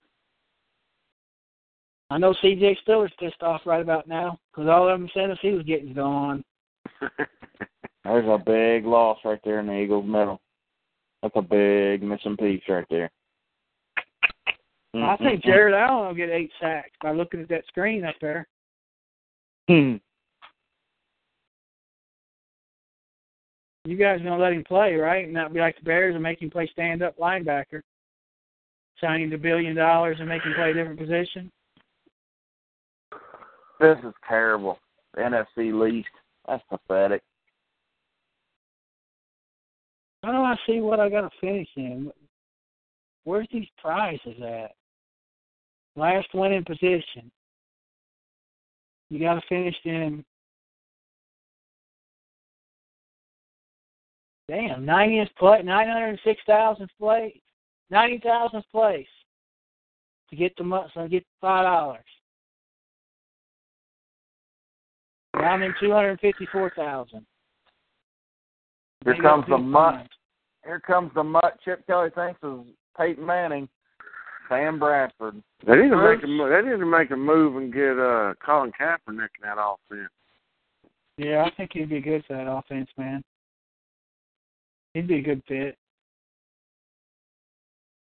Speaker 2: I know CJ Stiller's pissed off right about now because all them incentives he was getting is gone.
Speaker 4: There's a big loss right there in the Eagles' middle. That's a big missing piece right there. Hmm,
Speaker 2: I think Jared Allen will get eight sacks by looking at that screen up there.
Speaker 4: Jared.
Speaker 2: You guys gonna let him play, right? And not be like the Bears and make him play stand up linebacker. Sign him to billion dollars and make him play a different position.
Speaker 4: This is terrible. The NFC least. That's pathetic.
Speaker 2: How do I see what I gotta finish in? Where's these prizes at? Last winning position. You gotta finish in Damn, 90th place, 906,000th place, 90,000th place to get the month, so I get five dollars. I'm in 254,000.
Speaker 4: Here
Speaker 2: Maybe
Speaker 4: comes
Speaker 2: I'll
Speaker 4: the
Speaker 2: do it
Speaker 4: mutt.
Speaker 2: tonight.
Speaker 4: Here comes the mutt. Chip Kelly thinks is Peyton Manning, Sam Bradford.
Speaker 1: They need to
Speaker 4: Bruce?
Speaker 1: make a mo- they need to make a move and get uh Colin Kaepernick in that offense.
Speaker 2: Yeah, I think he'd be good for that offense, man. He'd be a good fit.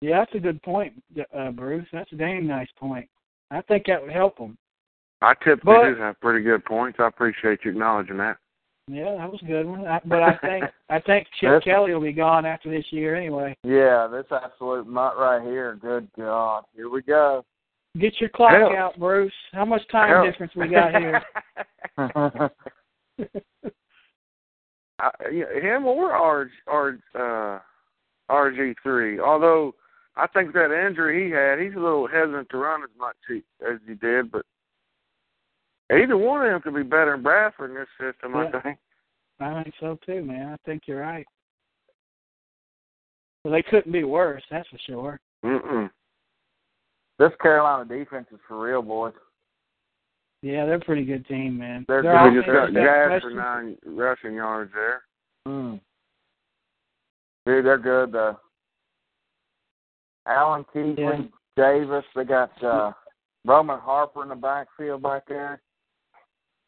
Speaker 2: Yeah, that's a good point, uh, Bruce. That's a dang nice point. I think that would help him.
Speaker 1: I typically
Speaker 2: But-
Speaker 1: do have pretty good points. I appreciate you acknowledging that.
Speaker 2: Yeah, that was a good one. I, but I think I think Chip
Speaker 4: That's-
Speaker 2: Kelly will be gone after this year anyway.
Speaker 4: Yeah, this absolute mutt right here. Good God, here we go.
Speaker 2: Get your clock
Speaker 1: Hell.
Speaker 2: out, Bruce. How much time
Speaker 1: Hell.
Speaker 2: difference we got here?
Speaker 1: I, yeah, him or R, R, uh, RG3. Although I think that injury he had, he's a little hesitant to run as much he, as he did, but either one of them could be better than Bradford in this system,
Speaker 2: Yeah.
Speaker 1: I think.
Speaker 2: I think so too, man. I think you're right. Well, they couldn't be worse, that's for sure.
Speaker 1: Mm-mm.
Speaker 4: this Carolina defense is for real, boys.
Speaker 2: Yeah, they're a pretty good team, man.
Speaker 4: They're
Speaker 2: Their
Speaker 4: good.
Speaker 1: We just got
Speaker 2: offense is that
Speaker 1: Jazz for
Speaker 2: question-
Speaker 1: nine rushing yards there.
Speaker 4: Mm. Dude, they're good though. Allen Keith,
Speaker 2: Yeah.
Speaker 4: Davis, they got uh Roman Harper in the backfield back there.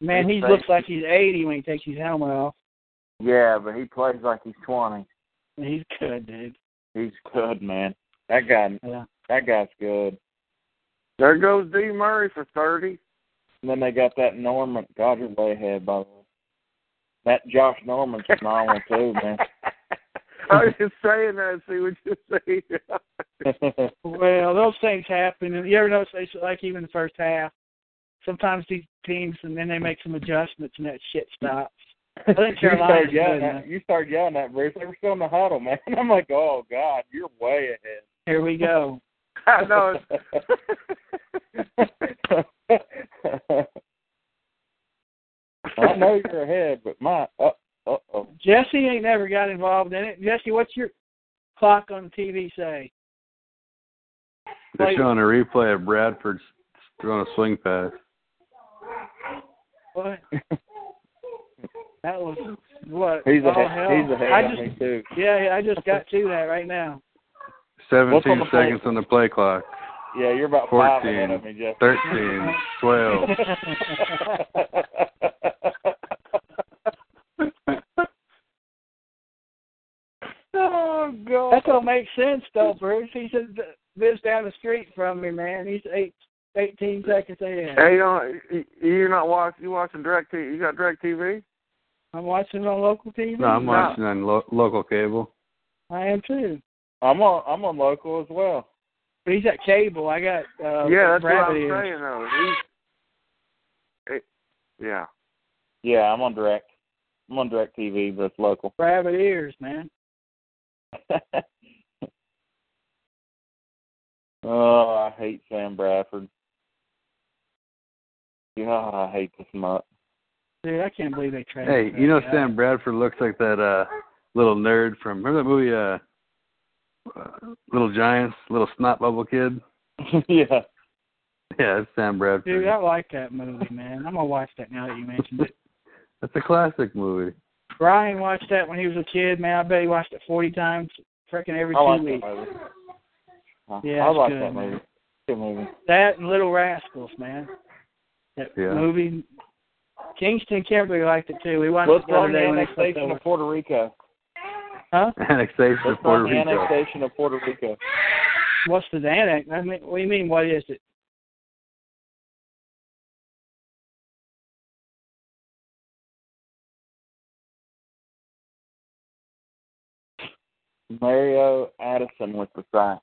Speaker 2: Man, he
Speaker 4: Thanks.
Speaker 2: looks like he's 80 when he takes his helmet off.
Speaker 4: Yeah, but he plays like he's twenty.
Speaker 2: He's good, dude.
Speaker 4: He's good, man. That guy
Speaker 2: Yeah.
Speaker 4: that guy's good.
Speaker 1: There goes D Murray for 30.
Speaker 4: And then they got that Norman God you're way ahead by the way. That Josh Norman's phenomenal too, man.
Speaker 1: I was just saying that. See what you say.
Speaker 2: Well, those things happen, and you ever notice, it's like even the first half, sometimes these teams, and then they make some adjustments, and that shit stops. I
Speaker 4: you
Speaker 2: think Carolina's
Speaker 4: started
Speaker 2: good,
Speaker 4: yelling
Speaker 2: man.
Speaker 4: at you started yelling at Bruce. They were still in the huddle, man. I'm like, Oh God, you're way ahead.
Speaker 2: Here we go.
Speaker 1: I know. It's,
Speaker 4: I know you're ahead, but my uh uh oh.
Speaker 2: Jesse ain't never got involved in it. Jesse, what's your clock on TV say?
Speaker 6: They're
Speaker 2: Like-
Speaker 6: showing a replay of Bradford s- throwing a swing pass.
Speaker 2: What? That was what?
Speaker 4: He's
Speaker 2: oh,
Speaker 4: ahead.
Speaker 2: hell.
Speaker 4: He's ahead
Speaker 2: I
Speaker 4: of
Speaker 2: just,
Speaker 4: me too.
Speaker 2: yeah, yeah, I just got to that right now.
Speaker 4: What's on
Speaker 6: 17
Speaker 4: the play?
Speaker 6: seconds on the play clock.
Speaker 4: Yeah, you're about five ahead of me, Jeff.
Speaker 6: 14, 13, 12.
Speaker 4: oh God.
Speaker 2: That don't make sense though, Bruce. He said th- lives down the street from me, man. He's eight, 18 seconds ahead.
Speaker 1: hey, you know, you- you're not watching. You watching direct TV? You got direct TV?
Speaker 2: I'm watching it on local TV.
Speaker 6: No, I'm watching on lo- local cable.
Speaker 2: I am too.
Speaker 4: I'm on. I'm on local as well.
Speaker 2: But he's got cable. I got uh,
Speaker 1: yeah, that's what I'm
Speaker 2: Gravity.
Speaker 1: saying. Though, He's- it, yeah,
Speaker 4: Yeah, I'm on direct. I'm on direct TV, but it's local.
Speaker 2: Rabbit ears, man.
Speaker 4: oh, I hate Sam Bradford. God, I hate this mutt.
Speaker 2: Dude, I can't believe they traded.
Speaker 6: Hey,
Speaker 2: for
Speaker 6: you know
Speaker 2: that guy.
Speaker 6: Sam Bradford looks like that uh little nerd from remember that movie uh, uh Little Giants, Little Snot Bubble Kid?
Speaker 4: yeah.
Speaker 6: Yeah, it's Sam Bradford.
Speaker 2: Dude, I like that movie, man. I'm gonna watch that now that you mentioned it.
Speaker 6: That's a classic movie.
Speaker 2: Brian watched that when he was a kid, man. I bet he watched it 40 times, freaking every
Speaker 4: I like
Speaker 2: two weeks.
Speaker 4: that movie. I-
Speaker 2: Yeah,
Speaker 4: I
Speaker 2: it's
Speaker 4: like
Speaker 2: good,
Speaker 4: that movie.
Speaker 2: man.
Speaker 4: Good movie.
Speaker 2: That and Little Rascals, man. That
Speaker 6: Yeah.
Speaker 2: movie. Kingston Kimberly liked it too. We watched
Speaker 4: Let's
Speaker 2: it the
Speaker 4: run
Speaker 2: other
Speaker 4: the
Speaker 2: day when they flipped
Speaker 4: annexation
Speaker 2: over.
Speaker 4: of Puerto Rico.
Speaker 2: Huh?
Speaker 6: Annexation
Speaker 4: Let's run
Speaker 6: of Puerto
Speaker 4: the
Speaker 6: Rico.
Speaker 4: annexation of Puerto Rico.
Speaker 2: What's the annex? I mean, what do you mean? What is it?
Speaker 4: Mario Addison with the sack.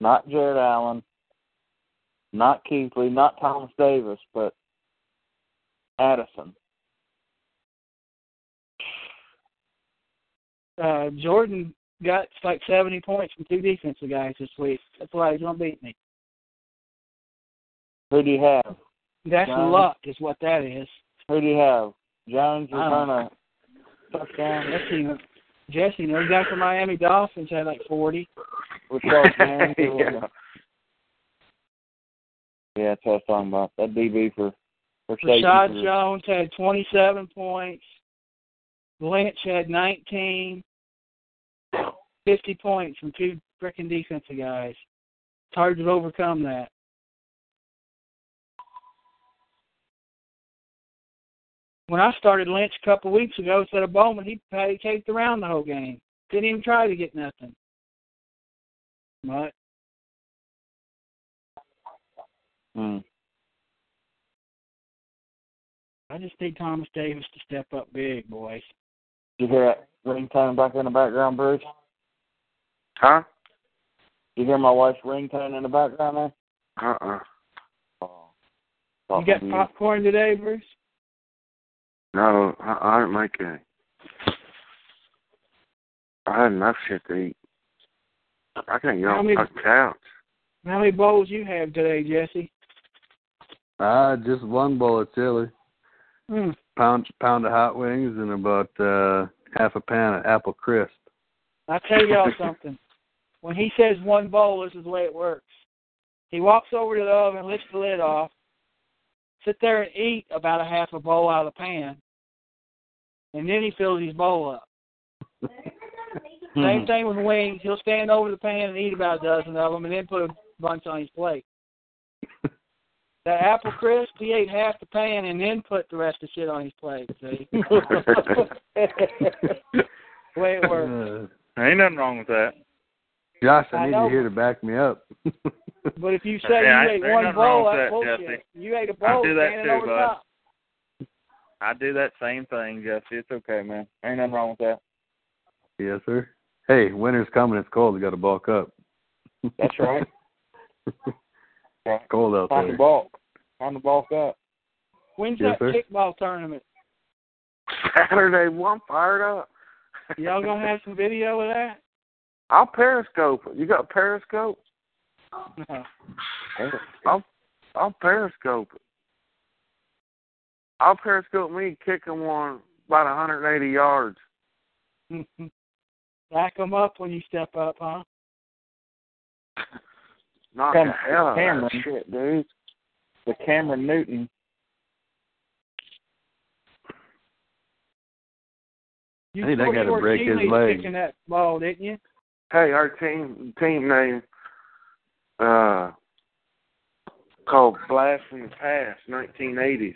Speaker 4: Not Jared Allen. Not Keithley. Not Thomas Davis, but Addison.
Speaker 2: Uh, Jordan got like 70 points from two defensive guys this week. That's why he's gonna beat me.
Speaker 4: Who do you have?
Speaker 2: That's
Speaker 4: Wow.
Speaker 2: luck, is what that is.
Speaker 4: Who do you have? Jones,
Speaker 2: I don't-
Speaker 4: Returner, touchdown.
Speaker 2: Let's see. Jesse, those guys from Miami Dolphins had like 40.
Speaker 4: Richard Manning.
Speaker 1: Yeah.
Speaker 4: yeah, that's what I was talking about. That DB for for safety
Speaker 2: Rashad
Speaker 4: for-
Speaker 2: Jones had 27 points. Lynch had 19. 50 points from two freaking defensive guys. It's hard to overcome that. When I started Lynch a couple weeks ago instead of Bowman, he patty caked around the whole game. Didn't even try to get nothing. But
Speaker 4: Hmm.
Speaker 2: I just need Thomas Davis to step up big, boys.
Speaker 4: Did you hear that ring tone back in the background, Bruce?
Speaker 1: Huh?
Speaker 4: Did you hear my wife's ring tone in the background there?
Speaker 1: Uh uh
Speaker 4: Oh.
Speaker 2: You
Speaker 1: oh,
Speaker 2: got popcorn today, Bruce?
Speaker 1: No, I, I didn't make any. I had enough shit to eat. I can't get
Speaker 2: How
Speaker 1: off
Speaker 2: many-
Speaker 1: the couch.
Speaker 2: How many bowls you have today, Jesse?
Speaker 6: Ah, just one bowl of chili,
Speaker 2: Hmm.
Speaker 6: pound pound of hot wings, and about uh half a pound of apple crisp.
Speaker 2: I tell y'all something. When he says one bowl, this is the way it works. He walks over to the oven, lifts the lid off, sit there and eat about a half a bowl out of the pan, and then he fills his bowl up.
Speaker 6: Hmm.
Speaker 2: Same thing with wings. He'll stand over the pan and eat about a dozen of them, and then put a bunch on his plate. The apple crisp, he ate half the pan and then put the rest of the shit on his plate. See, the way it works.
Speaker 6: Uh,
Speaker 5: Ain't nothing wrong with that.
Speaker 6: Josh,
Speaker 2: I
Speaker 6: I need
Speaker 2: know.
Speaker 6: you here to back me up.
Speaker 2: But if you say
Speaker 5: Yeah,
Speaker 2: you
Speaker 5: I-
Speaker 2: ate
Speaker 5: there's
Speaker 2: one
Speaker 5: nothing
Speaker 2: bowl,
Speaker 5: wrong with
Speaker 2: that's
Speaker 5: that,
Speaker 2: bullshit.
Speaker 5: Jesse.
Speaker 2: You ate a
Speaker 5: I
Speaker 2: bowl
Speaker 5: do that
Speaker 2: standing
Speaker 5: too,
Speaker 2: over the
Speaker 5: bud.
Speaker 2: top.
Speaker 4: I do that same thing, Jesse. It's okay, man. Ain't nothing wrong with that.
Speaker 6: yes, sir. Hey, winter's coming. It's cold. You got to bulk up.
Speaker 4: That's right. right.
Speaker 6: Cold out
Speaker 4: Time to
Speaker 6: there.
Speaker 4: bulk. Time to bulk up.
Speaker 2: When's
Speaker 6: Yes,
Speaker 2: that
Speaker 6: sir.
Speaker 2: kickball tournament?
Speaker 1: Saturday, one fired up.
Speaker 2: Y'all gonna have some video of that?
Speaker 1: I'll Periscope it. You got Periscope?
Speaker 2: No.
Speaker 1: I'll Periscope it. I'll Periscope me kicking one about 180 yards.
Speaker 2: Back 'em up when you step up, huh?
Speaker 1: Knock
Speaker 4: Come,
Speaker 1: the hell out of
Speaker 4: Cameron,
Speaker 1: that shit.
Speaker 4: shit, dude. The Cameron Newton.
Speaker 2: You
Speaker 6: I think that
Speaker 2: scored
Speaker 6: guy to
Speaker 2: your
Speaker 6: break his
Speaker 2: Achilles
Speaker 6: leg.
Speaker 2: Kicking that ball, didn't you?
Speaker 1: Hey, our team team name uh called Blast from the Past, 1980s.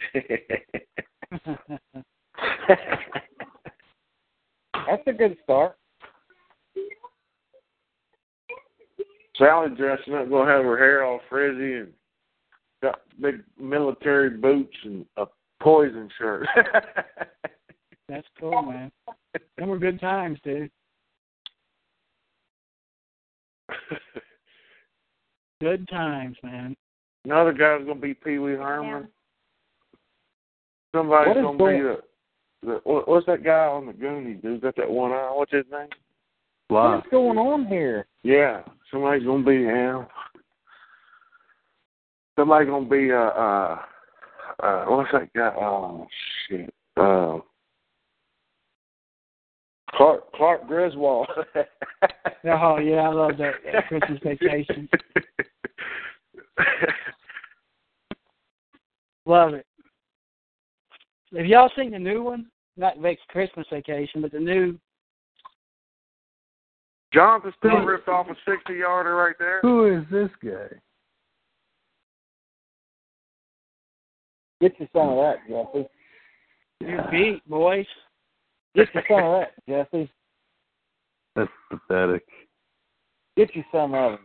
Speaker 4: That's a good start.
Speaker 1: Sally dressing up, gonna have her hair all frizzy and got big military boots and a poison shirt.
Speaker 2: That's cool, man. Them were good times, dude. Good times, man.
Speaker 1: Another guy's gonna be Pee Wee Herman. Somebody's
Speaker 4: What is
Speaker 1: gonna
Speaker 4: going-
Speaker 1: be the, the what, what's that guy on the Goonies? Who's got that one eye? What's his name?
Speaker 6: Wow.
Speaker 4: What's going on here?
Speaker 1: Yeah, somebody's gonna be him. Somebody's gonna be uh uh uh what's that guy? Oh shit. Um Clark Clark Griswold.
Speaker 2: Oh yeah, I love that, that Christmas vacation. Love it. Have y'all seen the new one? Not vac- Christmas vacation, but the new
Speaker 1: Jonathan still ripped off a sixty yarder right there.
Speaker 6: Who is this guy?
Speaker 4: Get you some of that, Jesse.
Speaker 2: new beat, boys.
Speaker 4: Get you some of that, Jesse.
Speaker 6: That's pathetic.
Speaker 4: Get you some of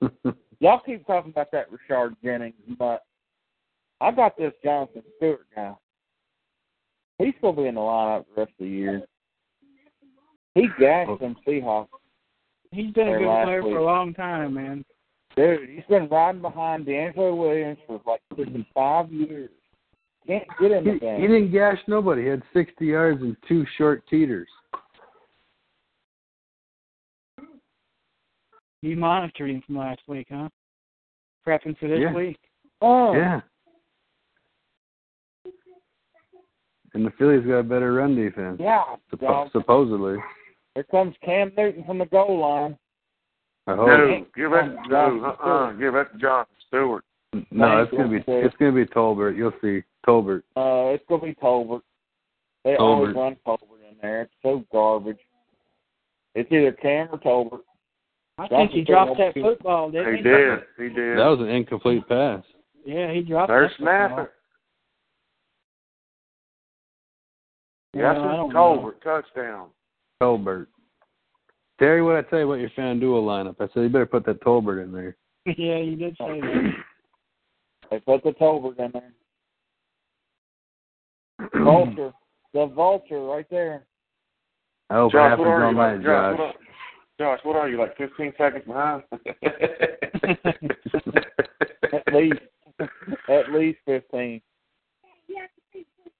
Speaker 4: it. Y'all keep talking about that Richard Jennings, but I got this Jonathan Stewart guy. He's gonna be in the lineup the rest of the year. He gashed them Seahawks.
Speaker 2: He's been a
Speaker 4: Or
Speaker 2: good
Speaker 4: last
Speaker 2: player
Speaker 4: week.
Speaker 2: for a long time, man.
Speaker 4: Dude, he's been riding behind D'Angelo Williams for like freaking five years. Can't get in
Speaker 6: he,
Speaker 4: the
Speaker 6: he
Speaker 4: game.
Speaker 6: didn't gash nobody. He had 60 yards and two short teeters.
Speaker 2: You monitored him from last week, huh? Prepping for this
Speaker 6: Yeah.
Speaker 2: week.
Speaker 4: Oh,
Speaker 6: Yeah. And the Phillies got a better run defense,
Speaker 4: yeah.
Speaker 6: supp-
Speaker 4: dog.
Speaker 6: supposedly.
Speaker 4: Here comes Cam Newton from the goal line.
Speaker 6: I hope.
Speaker 1: No, give that to
Speaker 4: Jonathan
Speaker 1: no, uh-uh, give that to Jonathan Stewart.
Speaker 6: No, it's gonna be it's gonna be Tolbert. You'll see Tolbert.
Speaker 4: Uh, it's gonna be Tolbert. They always
Speaker 6: Tolbert.
Speaker 4: run Tolbert in there. It's so garbage. It's either Cam or Tolbert.
Speaker 2: I think he dropped that football, didn't
Speaker 1: He
Speaker 2: he?
Speaker 1: did. He did.
Speaker 6: That was an incomplete pass.
Speaker 2: Yeah, he dropped
Speaker 1: They're
Speaker 2: that football.
Speaker 1: snapping.
Speaker 2: Yeah, I
Speaker 1: Yes,
Speaker 2: don't
Speaker 1: it's
Speaker 2: know.
Speaker 1: Colbert touchdown.
Speaker 6: Tolbert. Terry, what I tell you about your FanDuel lineup? I said you better put that Tolbert in there.
Speaker 2: yeah, you did say that.
Speaker 4: They put the Tolbert in there. Vulture. The vulture right there.
Speaker 6: I hope it
Speaker 1: Josh,
Speaker 6: happens
Speaker 1: what are
Speaker 6: on
Speaker 1: you
Speaker 6: my
Speaker 1: like? Josh,
Speaker 6: Josh.
Speaker 1: what are, Josh, what are you like? Fifteen seconds behind.
Speaker 4: At least. At least 15.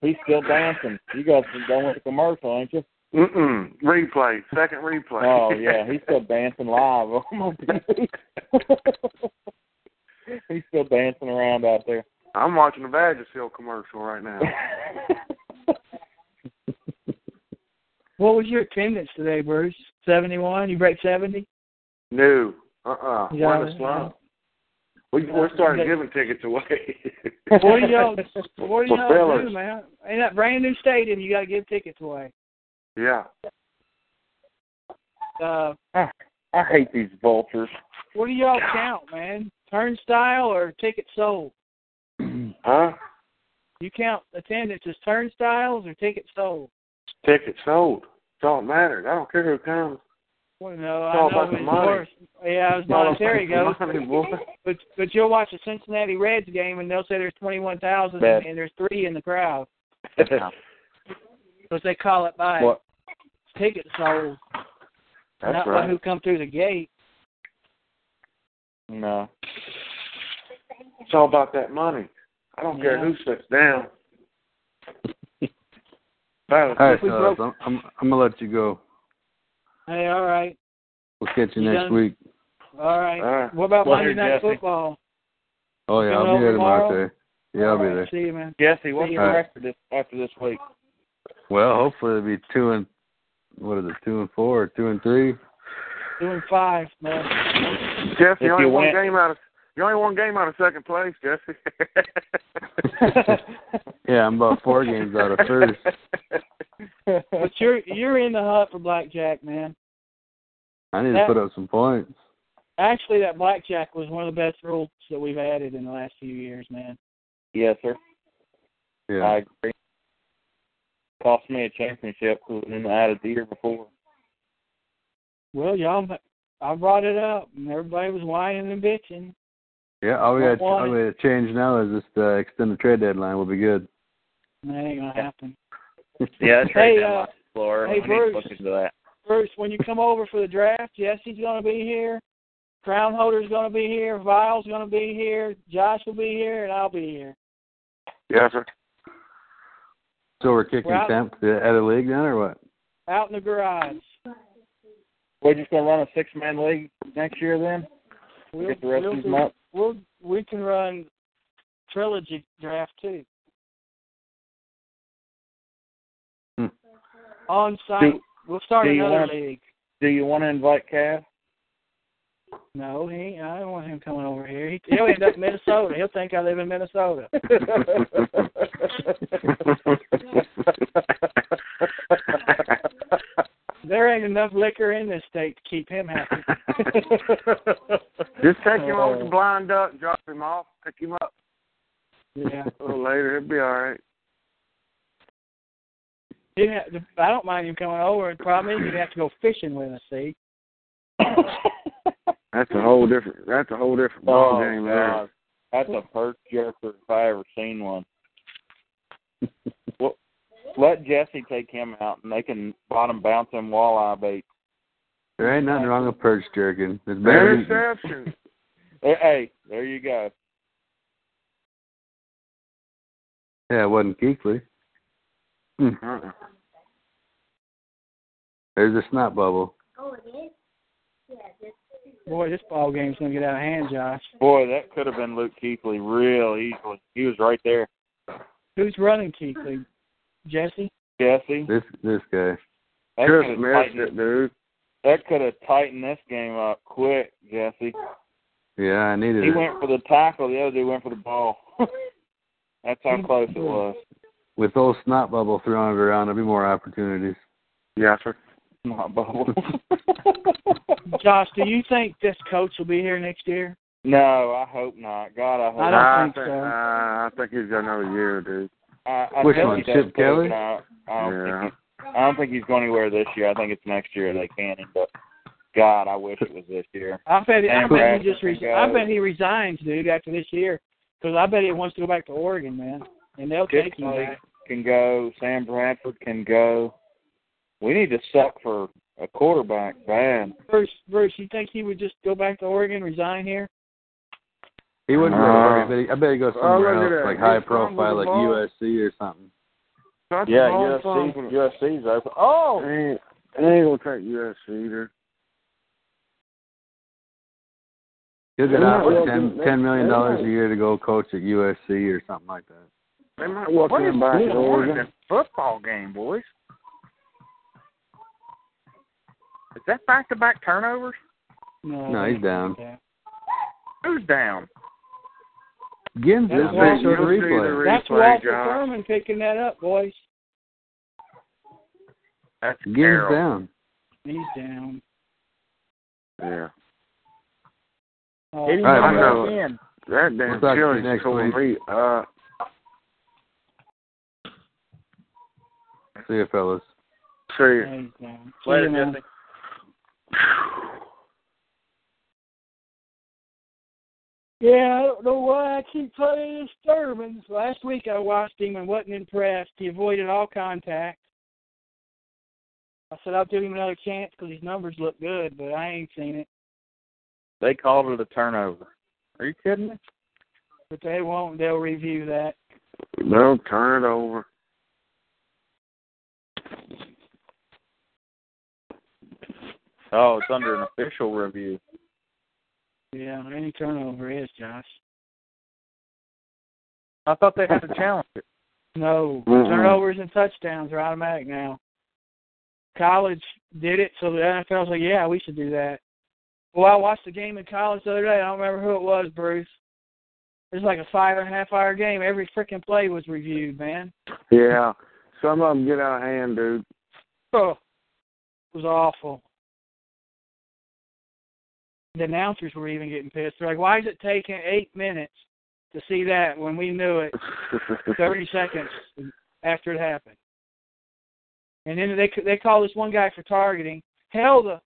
Speaker 4: He's still dancing. You guys been going with the commercial, ain't you?
Speaker 1: Mm-mm. Replay. Second replay.
Speaker 4: Oh, yeah. He's still dancing live. Oh, my goodness. He's still dancing around out there.
Speaker 1: I'm watching the Badger Seal commercial right now.
Speaker 2: What was your attendance today, Bruce? Seventy-one. You break seventy?
Speaker 1: No. Uh-uh.
Speaker 2: Yeah,
Speaker 1: We're in a slump. We, we're starting giving tickets away.
Speaker 2: What do y'all? What
Speaker 1: For
Speaker 2: do y'all do,
Speaker 1: fillers.
Speaker 2: man? In that brand new stadium, you got to give tickets away.
Speaker 1: Yeah.
Speaker 2: Uh,
Speaker 4: I hate these vultures.
Speaker 2: what do y'all count, man? Turnstile or tickets sold?
Speaker 1: Huh?
Speaker 2: You count attendance as turnstiles or tickets sold?
Speaker 1: Tickets sold. It's all that matters. I don't care who comes.
Speaker 2: Well, no,
Speaker 1: It's all
Speaker 2: I know
Speaker 1: about the
Speaker 2: it's
Speaker 1: money.
Speaker 2: worse. Yeah, it's
Speaker 1: It's all
Speaker 2: monetary goes.
Speaker 1: about the money, boy.
Speaker 2: But but you'll watch a Cincinnati Reds game and they'll say there's twenty one thousand
Speaker 4: Bet.
Speaker 2: and there's three in the crowd because they call it by
Speaker 4: What?
Speaker 2: ticket sold,
Speaker 1: That's
Speaker 2: not by
Speaker 1: right.
Speaker 2: who come through the gate.
Speaker 4: No.
Speaker 1: It's all about that money. I don't care
Speaker 2: Yeah.
Speaker 1: who sits down. Oh. That was-
Speaker 6: All right,
Speaker 2: We
Speaker 6: fellas,
Speaker 2: broke-
Speaker 6: I'm, I'm I'm gonna let you go.
Speaker 2: Hey, all right,
Speaker 6: We'll catch you
Speaker 2: You
Speaker 6: next
Speaker 2: done?
Speaker 6: week.
Speaker 2: all right.
Speaker 1: All right.
Speaker 2: What about
Speaker 4: Well,
Speaker 2: Monday
Speaker 4: here,
Speaker 2: Night
Speaker 4: Jesse.
Speaker 2: Football?
Speaker 6: Oh yeah, I'll
Speaker 2: Coming
Speaker 6: be there
Speaker 2: over
Speaker 6: tomorrow.
Speaker 2: tomorrow?
Speaker 6: Terry. Yeah, I'll be
Speaker 2: All right,
Speaker 6: there.
Speaker 2: See you, man.
Speaker 4: Jesse, what's
Speaker 2: See
Speaker 4: the
Speaker 2: ya.
Speaker 4: record this, after this week?
Speaker 6: Well, hopefully it'll be two and what is it, two and four or two and three?
Speaker 2: Doing five, man.
Speaker 1: Jeff,
Speaker 4: If
Speaker 1: you only
Speaker 4: you
Speaker 1: one
Speaker 4: win-
Speaker 1: game out of you only one game out of second place, Jesse.
Speaker 6: Yeah, I'm about four games out of first.
Speaker 2: But you're you're in the hunt for blackjack, man.
Speaker 6: I need
Speaker 2: That-
Speaker 6: to put up some points.
Speaker 2: Actually, that blackjack was one of the best rules that we've added in the last few years, man.
Speaker 4: yes, sir. I
Speaker 6: Yeah.
Speaker 4: agree. Cost me a championship because I didn't add it the year before.
Speaker 2: Well, y'all, I brought it up, and everybody was whining and bitching.
Speaker 6: Yeah, all we
Speaker 2: Don't
Speaker 6: got all
Speaker 2: want
Speaker 6: we got to change now is just uh, extend the trade deadline. We'll be good.
Speaker 2: And that ain't gonna happen.
Speaker 4: Yeah, that's
Speaker 2: Hey, uh,
Speaker 4: Florida.
Speaker 2: hey,
Speaker 4: I need to
Speaker 2: Bruce.
Speaker 4: look into that.
Speaker 2: Bruce, when you come over for the draft, Jesse's going to be here. Crown Holder's going to be here. Vile's going to be here. Josh will be here, and I'll be here.
Speaker 1: yes, sir.
Speaker 6: So we're kicking
Speaker 2: Well, I-
Speaker 6: temp uh, at a league then, or what?
Speaker 2: Out in the garage.
Speaker 4: We're just gonna run a six man league next year then?
Speaker 2: We'll,
Speaker 4: Get the rest
Speaker 2: we'll,
Speaker 4: of these
Speaker 2: do-
Speaker 4: months.
Speaker 2: we'll we can run trilogy draft too.
Speaker 6: Hmm.
Speaker 2: On site,
Speaker 4: Do-
Speaker 2: we'll start
Speaker 4: do you
Speaker 2: another
Speaker 4: want-
Speaker 2: league.
Speaker 4: Do you wanna invite Cav?
Speaker 2: No, he. I don't want him coming over here. He, he'll end up in Minnesota. He'll think I live in Minnesota. There ain't enough liquor in this state to keep him happy.
Speaker 1: Just take him over
Speaker 2: Uh,
Speaker 1: the blind duck, drop him off, pick him up
Speaker 2: Yeah.
Speaker 1: a little later. It'll be all right.
Speaker 2: He'd have to, I don't mind him coming over. The problem is he'd have to go fishing with us. See,
Speaker 1: That's a whole different. That's a whole different ball
Speaker 4: oh,
Speaker 1: game
Speaker 4: God. That's a perk jerker if I ever seen one. well, let Jesse take him out and they can bottom bounce him walleye bait.
Speaker 6: There ain't nothing wrong with perch jerking.
Speaker 1: there.
Speaker 6: It's better. than-
Speaker 1: Interception.
Speaker 4: There- Hey, there you go.
Speaker 6: Yeah, it wasn't Geekly.
Speaker 1: Uh-uh.
Speaker 6: There's a snot bubble.
Speaker 2: boy, this ball game's gonna get out of hand, Josh.
Speaker 4: Boy, that could have been Luke Keithley real easily. He was right there.
Speaker 2: Who's running Keekly? Jesse.
Speaker 4: Jesse,
Speaker 6: This this guy.
Speaker 4: That
Speaker 1: Just
Speaker 4: could've
Speaker 1: missed
Speaker 4: tightened-
Speaker 1: it, dude.
Speaker 4: That could have tightened this game up quick, Jesse.
Speaker 6: Yeah, I needed
Speaker 4: He
Speaker 6: it
Speaker 4: went for the tackle. The other dude went for the ball. That's how close it was.
Speaker 6: with old snot bubble thrown around. There'll be more opportunities.
Speaker 1: Yeah, sir.
Speaker 4: Not bubble.
Speaker 2: Josh, do you think this coach will be here next year?
Speaker 4: No, I hope not. God, I hope.
Speaker 2: I don't
Speaker 4: not.
Speaker 1: Nah,
Speaker 2: think so.
Speaker 1: Nah, I think he's got another year, dude.
Speaker 4: I, I
Speaker 6: Which
Speaker 4: think
Speaker 6: one,
Speaker 4: he does
Speaker 6: Chip
Speaker 4: too,
Speaker 6: Kelly?
Speaker 4: but I, I don't
Speaker 1: Yeah.
Speaker 4: think he, I don't think he's going anywhere this year. I think it's next year they can him. But God, I wish it was this year.
Speaker 2: I bet. I bet
Speaker 4: And
Speaker 2: he
Speaker 4: Bradford
Speaker 2: just. Res-
Speaker 4: can
Speaker 2: I
Speaker 4: go.
Speaker 2: bet he resigns, dude, after this year, because I bet he wants to go back to Oregon, man, and they'll
Speaker 4: Chip
Speaker 2: take him
Speaker 4: Kelly
Speaker 2: back.
Speaker 4: can go. Sam Bradford can go. We need to suck for a quarterback bad.
Speaker 2: Bruce, Bruce, you think he would just go back to Oregon, resign here?
Speaker 6: He wouldn't go to Oregon, but he, I bet he goes
Speaker 1: Uh-huh. Oh,
Speaker 6: somewhere
Speaker 1: look at
Speaker 6: else,
Speaker 1: that.
Speaker 6: like
Speaker 1: He's
Speaker 6: high
Speaker 1: fumbled
Speaker 6: profile,
Speaker 1: the
Speaker 6: like
Speaker 1: ball.
Speaker 6: USC or something.
Speaker 1: Touch
Speaker 4: Yeah,
Speaker 1: ball, fumble.
Speaker 4: USC, USC's open. Oh,
Speaker 1: They ain't, they ain't gonna take USC either.
Speaker 6: He'll get
Speaker 1: They're
Speaker 6: out
Speaker 1: not
Speaker 6: like
Speaker 1: well
Speaker 6: ten
Speaker 1: good-
Speaker 6: ten million
Speaker 1: they're
Speaker 6: dollars a
Speaker 1: not-
Speaker 6: year to go coach at USC or something like that.
Speaker 1: They might walk him back to Oregon.
Speaker 4: football game, boys? Is that back-to-back turnovers?
Speaker 2: No,
Speaker 6: No, he's down.
Speaker 2: Yeah.
Speaker 4: Who's down?
Speaker 6: Ginsey,
Speaker 2: That's
Speaker 6: they
Speaker 2: why-
Speaker 6: showed the
Speaker 1: You'll see the
Speaker 6: replay.
Speaker 1: re-
Speaker 2: That's
Speaker 1: Replay,
Speaker 2: Walter
Speaker 1: Josh.
Speaker 2: Thurman picking that up, boys.
Speaker 4: That's
Speaker 6: Ginsey's down.
Speaker 2: He's down.
Speaker 1: Yeah.
Speaker 2: Oh,
Speaker 4: Did he
Speaker 6: All
Speaker 4: not
Speaker 6: right, man.
Speaker 4: go in?
Speaker 1: That
Speaker 6: We'll
Speaker 1: damn
Speaker 6: talk to you
Speaker 1: chili's
Speaker 6: next
Speaker 1: cool.
Speaker 6: week.
Speaker 1: Me. Uh,
Speaker 6: See you, fellas.
Speaker 1: see,
Speaker 2: yeah, he's down. See
Speaker 4: Later,
Speaker 2: you, man.
Speaker 4: Jesse.
Speaker 2: Yeah, I don't know why I keep playing this Thurman. Last week I watched him and wasn't impressed. He avoided all contact. I said I'll give him another chance because his numbers look good, but I ain't seen it.
Speaker 4: They called it a turnover. Are you kidding me?
Speaker 2: But they won't. They'll review that.
Speaker 1: they'll turn it over.
Speaker 4: Oh, it's under an official review.
Speaker 2: Yeah, any turnover is Josh.
Speaker 4: I thought they had to challenge it.
Speaker 2: No
Speaker 1: Mm-mm.
Speaker 2: turnovers and touchdowns are automatic now. College did it, so the NFL's like, yeah, we should do that. Well, I watched a game in college the other day. I don't remember who it was, Bruce. It was like a five and a half hour game. Every freaking play was reviewed, man.
Speaker 1: Yeah. Some of them get out of hand, dude.
Speaker 2: Oh, it was awful. The announcers were even getting pissed. They're like, why is it taking eight minutes to see that when we knew it 30 seconds after it happened. And then they they call this one guy for targeting. Hell, the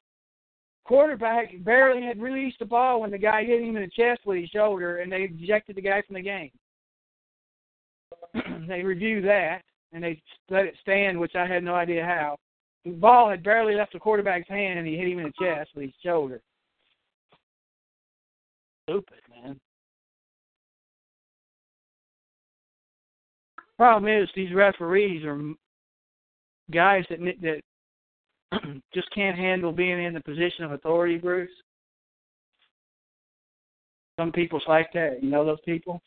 Speaker 2: quarterback barely had released the ball when the guy hit him in the chest with his shoulder, and they ejected the guy from the game. they review that and they let it stand, which I had no idea how. The ball had barely left the quarterback's hand, and he hit him in the chest with his shoulder. Stupid man. problem is these referees are m- guys that ni- that just can't handle being in the position of authority, Bruce. Some people's like that. You know those people.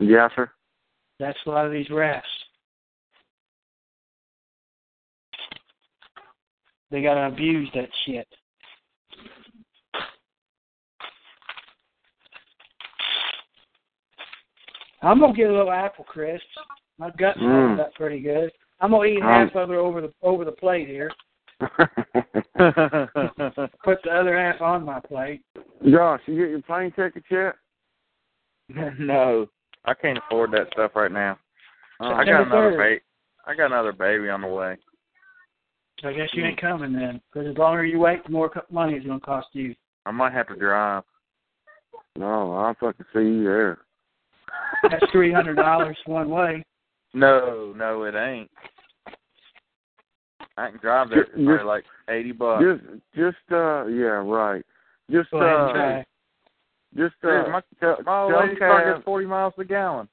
Speaker 1: yeah, sir.
Speaker 2: That's a lot of these refs. They gotta abuse that shit. I'm gonna get a little apple crisp. My guts
Speaker 1: Mm.
Speaker 2: mm. up pretty good. I'm gonna eat
Speaker 1: Mm.
Speaker 2: half of it over the over the plate here. Put the other half on my plate.
Speaker 1: Josh, you get your plane ticket yet?
Speaker 4: no, I can't afford that stuff right now. I
Speaker 2: September
Speaker 4: got another
Speaker 2: third.
Speaker 4: baby. I got another baby on the way.
Speaker 2: So I guess you ain't coming then, because the longer you wait, the more co- money it's gonna cost you.
Speaker 4: I might have to drive.
Speaker 1: No, I'll fucking see you there.
Speaker 2: That's three hundred dollars one way.
Speaker 4: No, no, it ain't. I can drive there for
Speaker 1: You're- you're-
Speaker 4: probably like eighty bucks.
Speaker 1: Just, just, uh, yeah, right. Just,
Speaker 2: Go ahead and
Speaker 1: uh,
Speaker 2: try.
Speaker 1: just, uh,
Speaker 4: Dude, my-
Speaker 1: tell,
Speaker 4: My
Speaker 1: tell
Speaker 4: lady's car
Speaker 1: Cab,
Speaker 4: gets forty miles a gallon.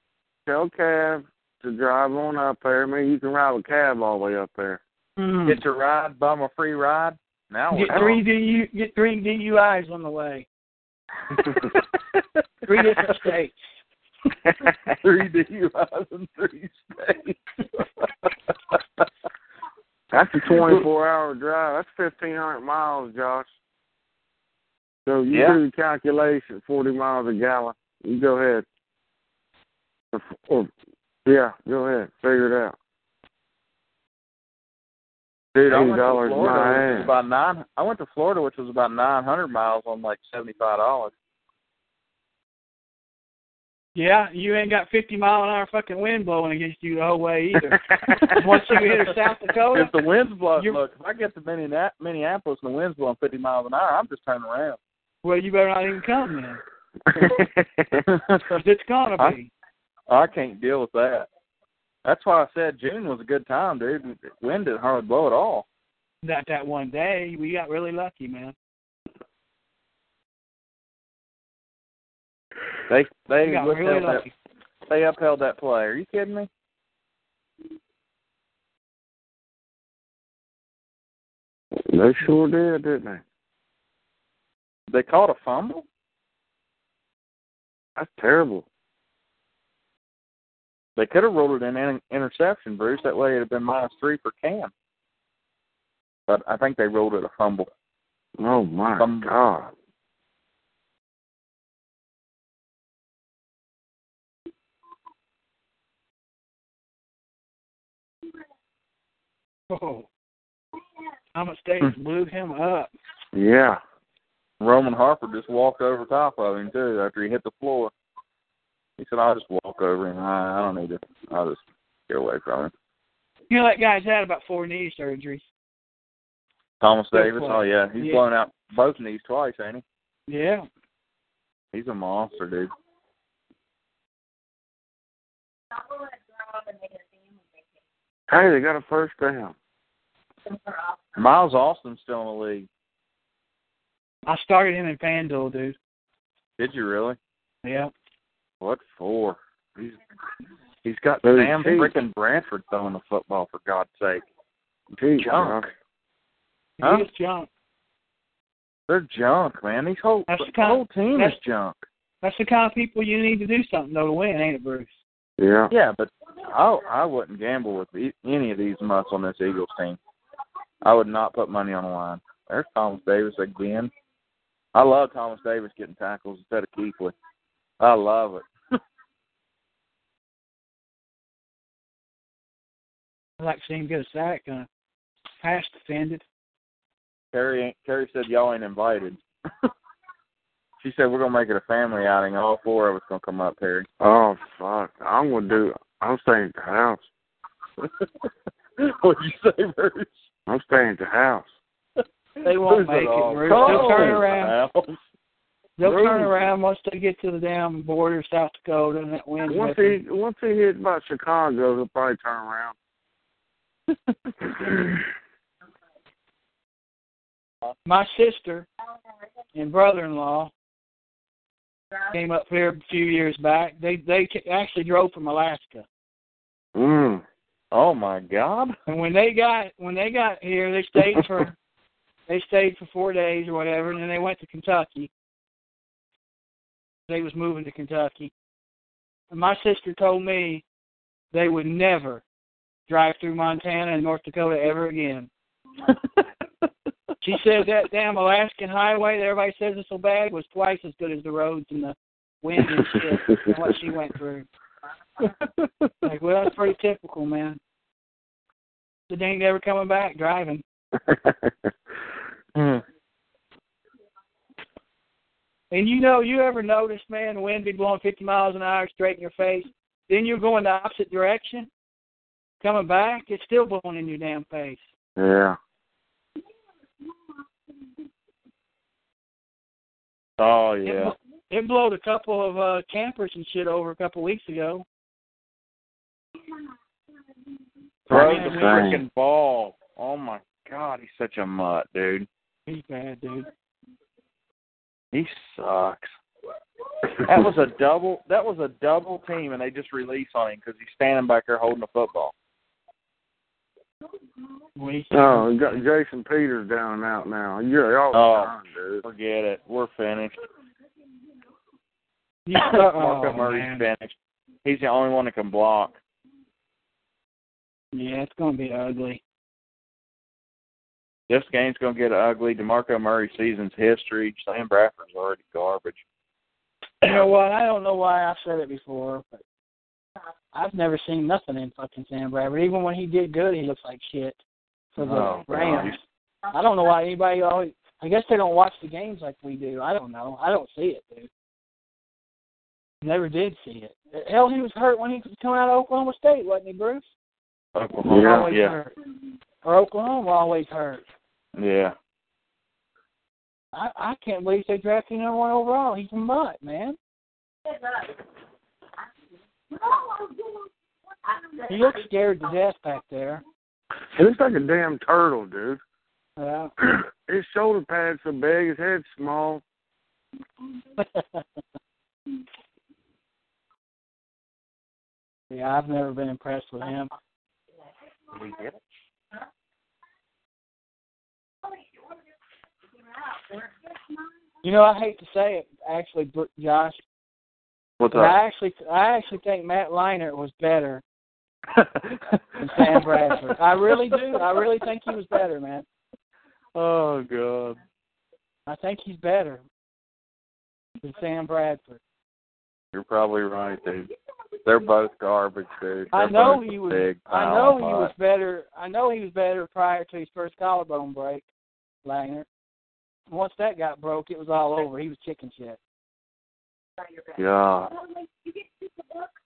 Speaker 1: tell Cab to drive on up there. I mean, you can ride a cab all the way up there.
Speaker 2: Mm.
Speaker 4: Get your ride, bum a free ride. Now we're
Speaker 2: Get three DU, get three DUIs on the way.
Speaker 4: talking.
Speaker 2: Three different states.
Speaker 4: three DUIs in three states.
Speaker 1: That's a 24-hour drive. That's 1,500 miles, Josh. So you
Speaker 4: Yeah.
Speaker 1: do the calculation, 40 miles a gallon. You go ahead. Or, or- yeah, go ahead. Figure it out.
Speaker 4: Dude, I
Speaker 1: Eighty
Speaker 4: went to
Speaker 1: dollars
Speaker 4: Florida,
Speaker 1: my
Speaker 4: which was
Speaker 1: ass.
Speaker 4: about nine. I went to Florida, which was about nine hundred miles on like seventy five dollars.
Speaker 2: Yeah, you ain't got 50 mile an hour fucking wind blowing against you the whole way either. Once you enter South Dakota,
Speaker 4: if the winds blow,
Speaker 2: you-
Speaker 4: look, if I get to Minnea- Minneapolis and the winds blowing fifty miles an hour, I'm just turning around.
Speaker 2: well, you better not even come then, because it's gonna
Speaker 4: Huh?
Speaker 2: be.
Speaker 4: Oh, I can't deal with that. That's why I said June was a good time, dude. Wind didn't hardly blow at all.
Speaker 2: Not that one day. We got really lucky, man.
Speaker 4: They they
Speaker 2: We got
Speaker 4: withheld
Speaker 2: really
Speaker 4: that,
Speaker 2: lucky.
Speaker 4: they upheld that play. Are you kidding me?
Speaker 1: They sure did, didn't they?
Speaker 4: They called a fumble.
Speaker 1: That's terrible.
Speaker 4: They could have ruled it an in- interception, Bruce. That way it'd have been minus three for Cam. But I think they ruled it a fumble.
Speaker 1: Oh my
Speaker 4: Um,
Speaker 1: God.
Speaker 2: Oh. I'm gonna stay
Speaker 4: Hmm.
Speaker 2: blew him up.
Speaker 1: Yeah.
Speaker 4: Roman Harper just walked over top of him too after he hit the floor. He said, "I'll just walk over him. I, I don't need to. I'll just get away from him."
Speaker 2: You know that guy's had about four knee surgeries.
Speaker 4: Thomas
Speaker 2: Good
Speaker 4: Davis.
Speaker 2: play.
Speaker 4: Oh yeah, he's
Speaker 2: Yeah.
Speaker 4: blown out both knees twice, ain't he?
Speaker 2: Yeah.
Speaker 4: He's a monster, dude.
Speaker 1: Hey, they got a first down.
Speaker 4: Miles Austin's still in the league.
Speaker 2: I started him in FanDuel, dude.
Speaker 4: Did you really?
Speaker 2: Yeah.
Speaker 4: What for? He's he's got
Speaker 1: Dude,
Speaker 4: damn
Speaker 1: Oh, geez.
Speaker 4: freaking Brantford throwing the football for God's sake.
Speaker 1: Gee,
Speaker 4: Junk.
Speaker 1: Josh.
Speaker 2: He
Speaker 4: Huh?
Speaker 2: is junk.
Speaker 4: They're junk, man. These whole
Speaker 2: That's the
Speaker 4: the
Speaker 2: kind-
Speaker 4: whole team is
Speaker 2: that's-
Speaker 4: junk.
Speaker 2: That's the kind of people you need to do something though to win, ain't it, Bruce?
Speaker 1: Yeah.
Speaker 4: Yeah, but I I wouldn't gamble with e- any of these months on this Eagles team. I would not put money on the line. There's Thomas Davis again. I love Thomas Davis getting tackles instead of Keithley. I love it.
Speaker 2: I like seeing him get a sack and a pass defended.
Speaker 4: Terry ain't, Terry said y'all ain't invited. she said we're gonna make it a family outing. All four of us gonna come up, Terry.
Speaker 1: Oh fuck. I'm gonna do I'm staying at the house.
Speaker 4: What'd you say, Bruce?
Speaker 1: I'm staying at the house.
Speaker 2: They won't
Speaker 4: Bruce
Speaker 2: make it,
Speaker 4: all.
Speaker 2: Bruce. They'll
Speaker 4: Come
Speaker 2: turn around.
Speaker 4: on.
Speaker 2: They'll turn
Speaker 1: Bruce.
Speaker 2: around once they get to the damn border of South Dakota and that wind.
Speaker 1: Once
Speaker 2: with
Speaker 1: he once he hit about Chicago, he'll probably turn around.
Speaker 2: my sister and brother-in-law came up here a few years back. They they ca- actually drove from Alaska,
Speaker 1: Mm.
Speaker 4: Oh my God.
Speaker 2: and when they got when they got here, they stayed for they stayed for four days or whatever, and then they went to Kentucky. They was moving to Kentucky, and my sister told me they would never drive through Montana and North Dakota ever again. She said that damn Alaskan highway that everybody says is so bad was twice as good as the roads and the wind and shit and what she went through. Like, well, that's pretty typical, man. The dang never coming back driving.
Speaker 4: Mm.
Speaker 2: And you know, you ever notice, man, the wind be blowing 50 miles an hour straight in your face. Then you're going the opposite direction. Coming back, it's still blowing in your damn face.
Speaker 1: yeah.
Speaker 4: oh
Speaker 2: It,
Speaker 4: yeah.
Speaker 2: bl- it blowed a couple of uh campers and shit over a couple weeks ago.
Speaker 4: Throw
Speaker 2: Yeah,
Speaker 4: the
Speaker 2: we-
Speaker 4: freaking ball. Oh my God, he's such a mutt, dude.
Speaker 2: He's bad, dude.
Speaker 4: He sucks. That was a double. That was a double team, and they just release on him because he's standing back there holding the football.
Speaker 2: We
Speaker 1: Oh, we got Jason Peters down and out now. You're all
Speaker 4: Oh.
Speaker 1: done, dude.
Speaker 4: Forget it. We're finished.
Speaker 2: You suck.
Speaker 4: Marco
Speaker 2: Oh,
Speaker 4: Murray's
Speaker 2: man.
Speaker 4: finished. He's the only one that can block.
Speaker 2: Yeah, it's gonna be ugly.
Speaker 4: This game's going to get ugly. DeMarco Murray season's history. Sam Bradford's already garbage.
Speaker 2: You know what? I don't know why I've said it before, but I've never seen nothing in fucking Sam Bradford. Even when he did good, he looks like shit for the
Speaker 4: Oh, God.
Speaker 2: Rams. I don't know why anybody always. I guess they don't watch the games like we do. I don't know. I don't see it, dude. Never did see it. Hell, he was hurt when he was coming out of Oklahoma State, wasn't he, Bruce?
Speaker 4: Oklahoma,
Speaker 2: always
Speaker 4: yeah,
Speaker 2: hurt. Or Oklahoma always hurt.
Speaker 4: yeah, yeah.
Speaker 2: I I can't believe they drafted him number one overall. He's a mutt, man. He looks scared to death back there.
Speaker 1: He looks like a damn turtle, dude.
Speaker 2: Yeah.
Speaker 1: his shoulder pads so big, his head's small.
Speaker 2: yeah, I've never been impressed with him. You know, I hate to say it, actually, Br- Josh,
Speaker 4: What's
Speaker 2: but
Speaker 4: up?
Speaker 2: I actually, I actually think Matt Leinart was better than Sam Bradford. I really do. I really think he was better, man.
Speaker 6: Oh God.
Speaker 2: I think he's better than Sam Bradford.
Speaker 4: You're probably right, dude. They're both garbage, dude.
Speaker 2: I
Speaker 4: They're
Speaker 2: know
Speaker 4: both
Speaker 2: he
Speaker 4: a
Speaker 2: was.
Speaker 4: Big
Speaker 2: I
Speaker 4: pile
Speaker 2: know
Speaker 4: of
Speaker 2: he
Speaker 4: mutt.
Speaker 2: was better. I know he was better prior to his first collarbone break, Langner. Once that got broke, it was all over. He was chicken shit.
Speaker 4: Yeah.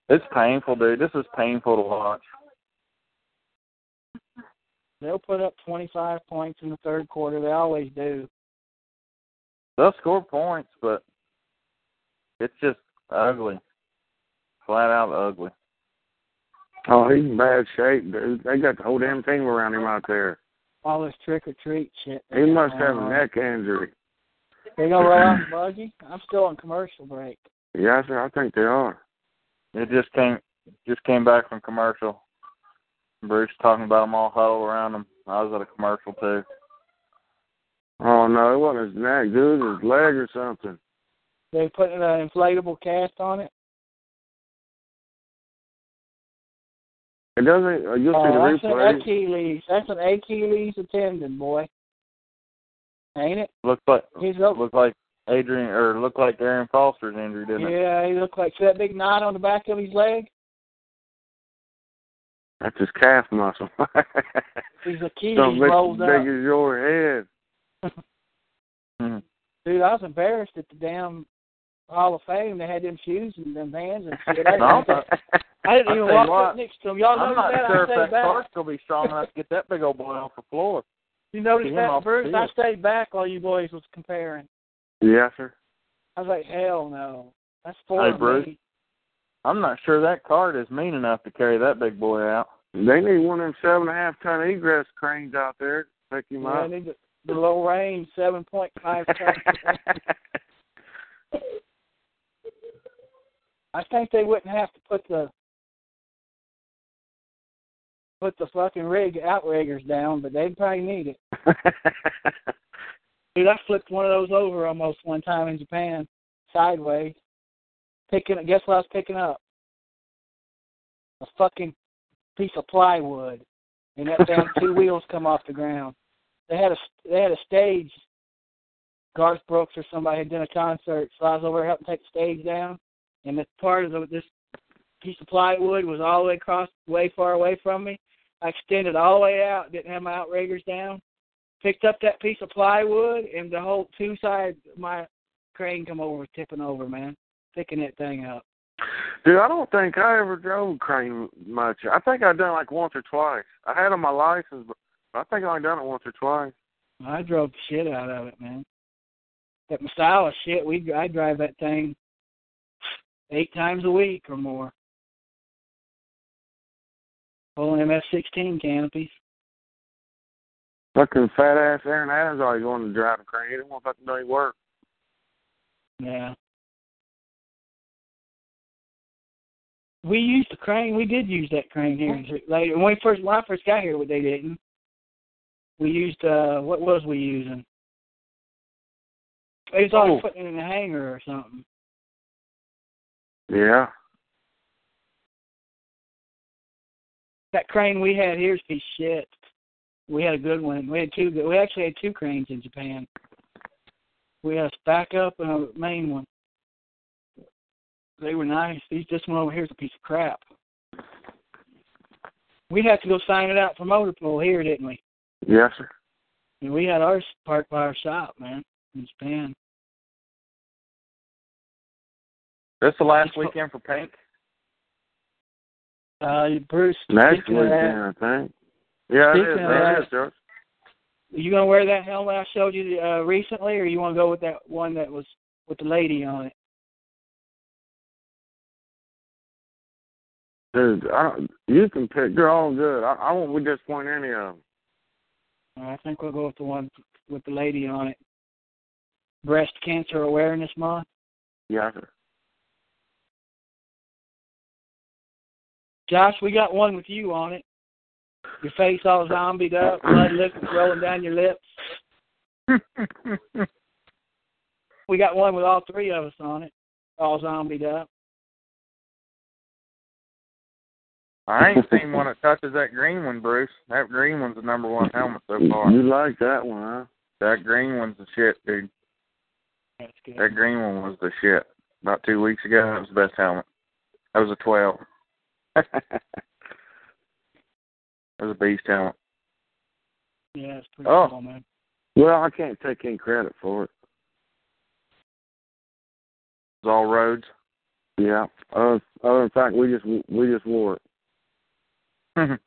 Speaker 4: It's painful, dude. This is painful to watch.
Speaker 2: They'll put up 25 points in the third quarter. They always do.
Speaker 4: They'll score points, but it's just ugly. Flat out ugly.
Speaker 1: Oh, he's in bad shape, dude. They got the whole damn team around him out there.
Speaker 2: All this trick or treat shit.
Speaker 1: He must have a neck injury.
Speaker 2: They gonna roll out the buggy. I'm still on commercial break.
Speaker 1: Yeah, I, I think they are.
Speaker 4: It just came just came back from commercial. Bruce talking about them all huddled around him. I was at a commercial too.
Speaker 1: Oh no, it wasn't his neck, dude. It was His leg or something.
Speaker 2: They put an inflatable cast on it.
Speaker 1: It doesn't. uh, You'll see
Speaker 2: Oh,
Speaker 1: the
Speaker 2: that's an
Speaker 1: replay.
Speaker 2: Achilles. That's an Achilles tendon, boy. Ain't it?
Speaker 4: Looked like
Speaker 2: He's up.
Speaker 4: looked like Adrian or looked like Aaron Foster's injury, didn't it?
Speaker 2: Yeah, he looked like see that big knot on the back of his leg.
Speaker 1: That's his calf muscle.
Speaker 2: His Achilles
Speaker 1: Don't make
Speaker 2: rolled
Speaker 1: it as big
Speaker 2: up.
Speaker 1: as your head.
Speaker 4: Hmm.
Speaker 2: Dude, I was embarrassed at the damn Hall of Fame. They had them shoes and them vans and shit. I didn't,
Speaker 4: No,
Speaker 2: I didn't even
Speaker 4: I tell you
Speaker 2: walk
Speaker 4: what,
Speaker 2: up next to them. Y'all
Speaker 4: I'm
Speaker 2: noticed
Speaker 4: not
Speaker 2: that?
Speaker 4: sure if
Speaker 2: I stayed
Speaker 4: that
Speaker 2: back.
Speaker 4: car's gonna be strong enough to get that big old boy off the floor.
Speaker 2: You noticed
Speaker 4: Get him
Speaker 2: that,
Speaker 4: off the
Speaker 2: Bruce? I
Speaker 4: field.
Speaker 2: stayed back while you boys was comparing.
Speaker 1: Yes, sir.
Speaker 2: I was like, hell no. That's for
Speaker 4: Hey,
Speaker 2: me.
Speaker 4: Bruce. I'm not sure that card is mean enough to carry that big boy out.
Speaker 1: They need one of them seven and a half ton egress cranes out there. to Pick him
Speaker 2: Yeah,
Speaker 1: up.
Speaker 2: I need the, the low range, 7.5 tons. I think they wouldn't have to put the put the fucking rig outriggers down, but they'd probably need it. Dude, I flipped one of those over almost one time in Japan, sideways. Picking, guess what I was picking up? A fucking piece of plywood, and that damn two wheels come off the ground. They had a they had a stage. Garth Brooks or somebody had done a concert, so I was over there helping take the stage down, and this part of the, this piece of plywood was all the way across, way far away from me. I extended all the way out, didn't have my outriggers down picked up that piece of plywood and the whole two side my crane come over tipping over, man. Picking that thing up.
Speaker 1: Dude, I don't think I ever drove a crane much. I think I've done like once or twice. I had on my license, but I think I only done it once or twice.
Speaker 2: I drove the shit out of it, man. That Masala shit, we I drive that thing eight times a week or more. Pulling MS sixteen canopies.
Speaker 1: Fucking fat ass Aaron Adams always wanted to drive a crane. He didn't want to fucking do any work.
Speaker 2: Yeah. We used the crane. We did use that crane here. in Jer- Later, when we first when I first got here, they didn't. We used uh, what was we using? It was always
Speaker 1: Oh.
Speaker 2: putting it in a hangar or something.
Speaker 1: Yeah.
Speaker 2: That crane we had here is piece of shit. we had a good one. We had two. good- We actually had two cranes in Japan. We had a back up and a main one. They were nice. These this one over here is a piece of crap. We had to go sign it out for motor pool here, didn't we?
Speaker 1: Yes, sir.
Speaker 2: And we had ours parked by our shop, man, in Japan.
Speaker 4: This the last
Speaker 2: It's fu-
Speaker 4: weekend for Pink.
Speaker 2: Uh, Bruce,
Speaker 1: Next
Speaker 2: speaking of that,
Speaker 1: weekend, I think. Yeah, it
Speaker 2: Speaking
Speaker 1: is.
Speaker 2: of
Speaker 1: man.
Speaker 2: that-
Speaker 1: It is, George.
Speaker 2: you gonna wear that helmet I showed you uh, recently, or you want to go with that one that was with the lady on it?
Speaker 1: Dude, I don't, you can pick. They're all good. I, I won't be disappointed in any of them.
Speaker 2: Uh, I think we'll go with the one with the lady on it. Breast Cancer Awareness Month.
Speaker 1: Yeah, sir.
Speaker 2: Josh, we got one with you on it. Your face all zombied up, blood liquid rolling down your lips. we got one with all three of us on it, all zombied up.
Speaker 4: I ain't seen one that touches that green one, Bruce. That green one's the number one helmet so
Speaker 1: You,
Speaker 4: far.
Speaker 1: you like that one, huh?
Speaker 4: That green one's the shit, dude.
Speaker 2: That's good.
Speaker 4: That green one was the shit. About two weeks ago, that was the best helmet. That was a twelve. that was a beast helmet.
Speaker 2: Yeah, it's pretty
Speaker 4: Oh.
Speaker 2: cool, man.
Speaker 1: Well, I can't take any credit for it.
Speaker 4: It was all roads.
Speaker 1: Yeah. Uh, other than fact, we just we just wore it.
Speaker 4: Did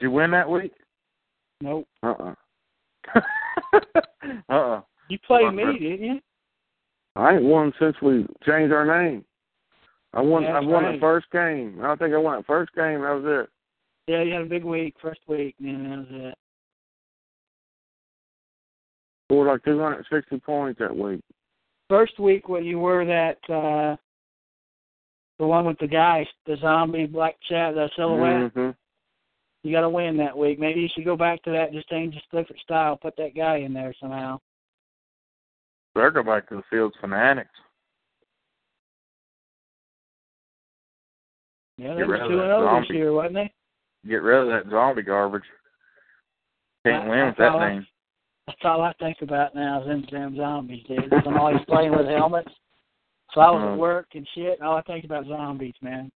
Speaker 4: you win that week?
Speaker 2: Nope.
Speaker 1: Uh uh
Speaker 4: uh
Speaker 1: Uh-uh.
Speaker 4: uh
Speaker 2: You played
Speaker 4: One
Speaker 2: me,
Speaker 4: for-
Speaker 2: didn't you?
Speaker 1: I ain't won since we changed our name. I won. I
Speaker 2: That's
Speaker 1: won
Speaker 2: right.
Speaker 1: the first game. I think I won the first game. That was it.
Speaker 2: Yeah, you had a big week, first week, and then that was it.
Speaker 1: Scored like 260 points that week.
Speaker 2: First week when you were that uh the one with the guy, the zombie black chat, the silhouette.
Speaker 4: Mm-hmm.
Speaker 1: Mhm.
Speaker 2: You got to win that week. Maybe you should go back to that. Just change the different style. Put that guy in there somehow.
Speaker 4: They'll go back to the Fields Fanatics.
Speaker 2: Yeah, they
Speaker 4: Get
Speaker 2: were
Speaker 4: rid
Speaker 2: two and
Speaker 4: of that
Speaker 2: zero this
Speaker 4: zombie.
Speaker 2: year, wasn't they?
Speaker 4: Get rid of that zombie garbage. Can't
Speaker 2: I-
Speaker 4: win with
Speaker 2: that's all
Speaker 4: that
Speaker 2: I-
Speaker 4: thing.
Speaker 2: That's all I think about now is them damn zombies, dude. 'Cause I'm always playing with helmets. So I was
Speaker 4: Uh-huh.
Speaker 2: at work and shit. and All I think about is zombies, man.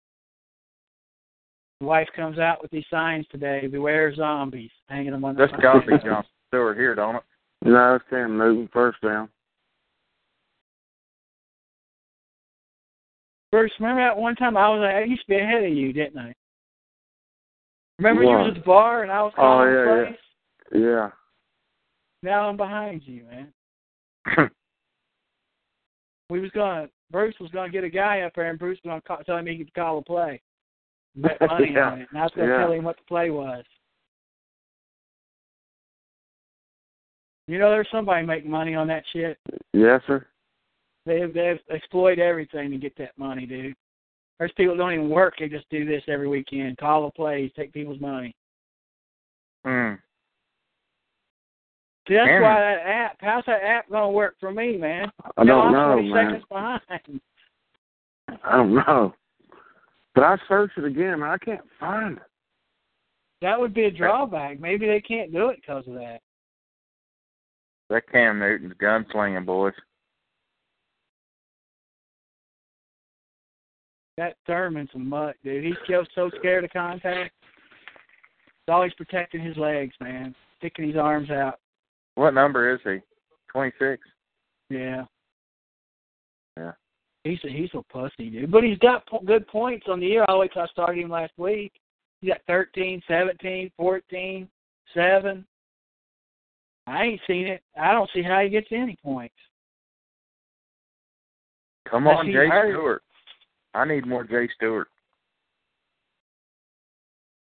Speaker 2: The wife comes out with these signs today: "Beware zombies," hanging them on the.
Speaker 4: That's got to be John Stewart here, don't it?
Speaker 1: No, it's Cam Newton first down.
Speaker 2: Bruce, remember that one time I was I used to be ahead of you, didn't I? Remember you
Speaker 1: What?
Speaker 2: was at the bar and I was
Speaker 1: Oh,
Speaker 2: calling the
Speaker 1: yeah, yeah.
Speaker 2: plays?
Speaker 1: Yeah.
Speaker 2: Now I'm behind you, man. we was gonna Bruce was gonna get a guy up there, and Bruce was gonna call, tell him he could call a play. Bet money
Speaker 1: Yeah.
Speaker 2: on it, and I was gonna
Speaker 1: Yeah.
Speaker 2: tell him what the play was. You know, there's somebody making money on that shit.
Speaker 1: Yes, sir.
Speaker 2: They they exploit everything to get that money, dude. There's people that don't even work; they just do this every weekend. Call the plays, take people's money.
Speaker 4: Mm.
Speaker 2: See, that's
Speaker 4: Yeah.
Speaker 2: why that app. How's that app gonna work for me, man?
Speaker 1: I don't
Speaker 2: I'm
Speaker 1: know,
Speaker 2: 20
Speaker 1: man.
Speaker 2: seconds behind.
Speaker 1: I don't know. But I searched it again, man. I can't find it.
Speaker 2: That would be a drawback. Maybe they can't do it because of that.
Speaker 4: That Cam Newton's gunslinging, boys.
Speaker 2: That Thurman's a mutt, dude. He's just so scared of contact. He's always protecting his legs, man. Sticking his arms out.
Speaker 4: What number is he? 26.
Speaker 2: Yeah.
Speaker 4: Yeah.
Speaker 2: He's a, he's a pussy, dude. But he's got po- good points on the year. I wait till I started him last week. He got 13, 17, 14, 7. I ain't seen it. I don't see how he gets any points.
Speaker 4: Come
Speaker 2: Has
Speaker 4: on,
Speaker 2: he
Speaker 4: Jay
Speaker 2: hired-
Speaker 4: Stewart. I need more Jay Stewart.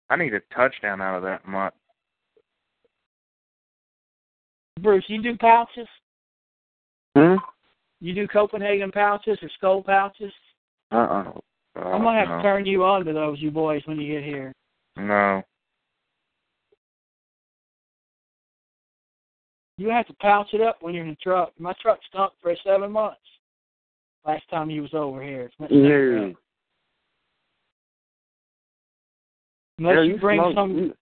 Speaker 4: I need a touchdown out of that mutt.
Speaker 2: Bruce, you do pouches?
Speaker 1: Hmm?
Speaker 2: You do Copenhagen pouches or skull pouches?
Speaker 1: Uh-uh.
Speaker 2: I'm gonna have to
Speaker 4: no.
Speaker 2: turn you on to those, you boys, when you get here.
Speaker 4: No.
Speaker 2: You have to pouch it up when you're in the truck. My truck stunk for seven months. Last time you was over here, It's much different.
Speaker 1: Yeah,
Speaker 2: unless
Speaker 1: you
Speaker 2: you bring
Speaker 1: smoke-
Speaker 2: some,
Speaker 1: you-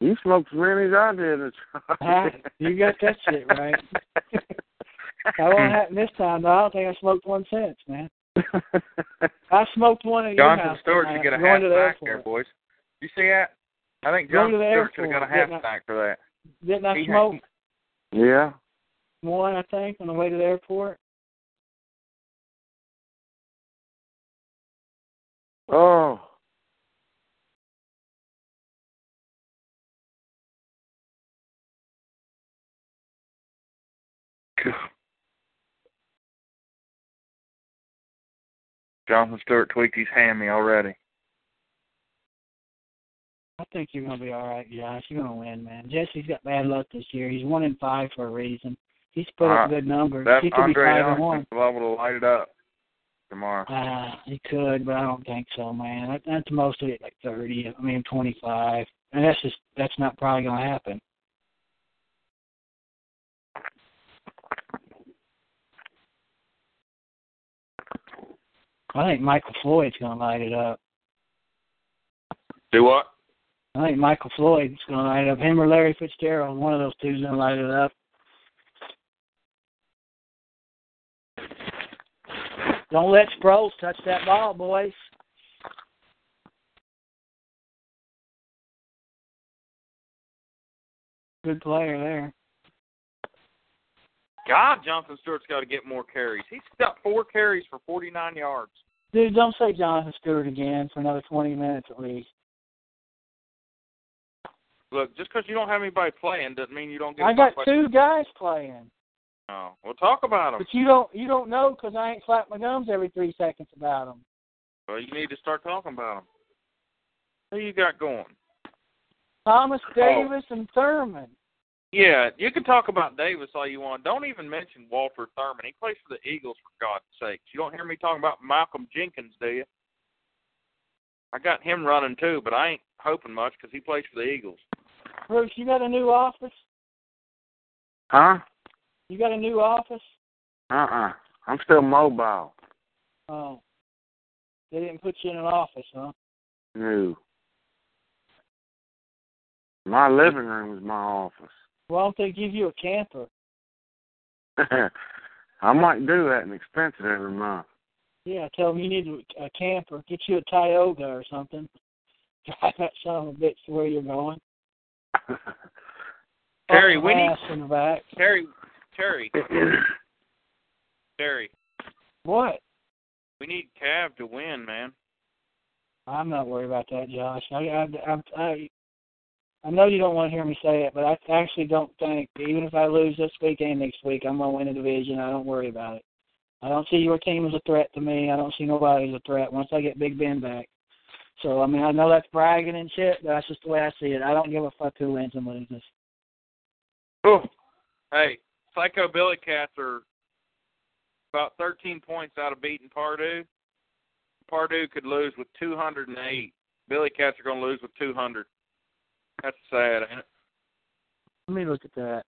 Speaker 1: You smoked as many as I did. It's-
Speaker 2: Huh? You got that shit right. That
Speaker 4: Hmm.
Speaker 2: won't happen this time. Though. I don't think I smoked one since, man. I smoked one at your
Speaker 4: Johnson
Speaker 2: house.
Speaker 4: Stewart
Speaker 2: man.
Speaker 4: should get a half
Speaker 2: Going to the
Speaker 4: sack there,
Speaker 2: airport.
Speaker 4: boys. You see that? I think
Speaker 2: Going to
Speaker 4: Johnson
Speaker 2: the
Speaker 4: Stewart should have got
Speaker 2: airport,
Speaker 4: a half
Speaker 2: didn't I?
Speaker 4: sack for that.
Speaker 2: Didn't I
Speaker 4: He
Speaker 2: smoke
Speaker 4: hadn't-
Speaker 1: yeah.
Speaker 2: one? I think on the way to the airport.
Speaker 1: Oh.
Speaker 4: Johnson Stewart tweaked his hammy already.
Speaker 2: I think you're gonna be all right, Josh. You're gonna win, man. Jesse's got bad luck this year. He's one in five for a reason. He's put
Speaker 4: Uh,
Speaker 2: up good numbers.
Speaker 4: That
Speaker 2: he could be
Speaker 4: Andre
Speaker 2: five and
Speaker 4: Johnson's
Speaker 2: one.
Speaker 4: liable to light it up tomorrow.
Speaker 2: Uh, he could, but I don't think so, man. That, that's mostly at like thirty. I mean, twenty-five, and that's just that's not probably gonna happen. I think Michael Floyd's gonna light it up.
Speaker 4: Do what?
Speaker 2: I think Michael Floyd's going to light it up. Him or Larry Fitzgerald, one of those two's going to light it up. Don't let Sproles touch that ball, boys. Good player there.
Speaker 4: God, Johnson Stewart's got to get more carries. He's got four carries for 49 yards.
Speaker 2: Dude, don't say Jonathan Stewart again for another 20 minutes at least.
Speaker 4: Look, just because you don't have anybody playing doesn't mean you don't get.
Speaker 2: I got
Speaker 4: somebody-
Speaker 2: two guys playing,
Speaker 4: No. Well, talk about them.
Speaker 2: but you don't you don't know because I ain't slap my gums every three seconds about them.
Speaker 4: Well, you need to start talking about them. Who you got going?
Speaker 2: Thomas
Speaker 4: Oh.
Speaker 2: Davis and Thurman.
Speaker 4: Yeah, you can talk about Davis all you want. Don't even mention Walter Thurman. He plays for the Eagles, for God's sakes. You don't hear me talking about Malcolm Jenkins, do you? I got him running too, but I ain't hoping much because he plays for the Eagles.
Speaker 2: Bruce, you got a new office?
Speaker 1: Huh?
Speaker 2: You got a new office?
Speaker 1: Uh uh-uh. uh. i am still mobile.
Speaker 2: Oh. They didn't put you in an office, huh?
Speaker 1: No. My living room is my office.
Speaker 2: Why don't they give you a camper?
Speaker 1: I might do that and expense it every month.
Speaker 2: Yeah, tell them you need a a camper. Get you a Tioga or something. Drive that son of a bitch to where you're going.
Speaker 4: Terry,
Speaker 2: Off the
Speaker 4: we need-
Speaker 2: ass in the back.
Speaker 4: Terry, Terry, Terry,
Speaker 2: What?
Speaker 4: we need Cav to win, man.
Speaker 2: I'm not worried about that, Josh. I I I, I, I know you don't want to hear me say it, but I actually don't think even if I lose this week and next week, I'm gonna win the division. I don't worry about it. I don't see your team as a threat to me. I don't see nobody as a threat once I get Big Ben back. So I mean, I know that's bragging and shit, but that's just the way I see it. I don't give a fuck who wins and loses.
Speaker 4: Oh, hey, Psycho Billy Cats are about 13 points out of beating Pardue. Pardue could lose with 208. Billy Cats are going to lose with 200. That's sad. ain't it?
Speaker 2: Let me look at that.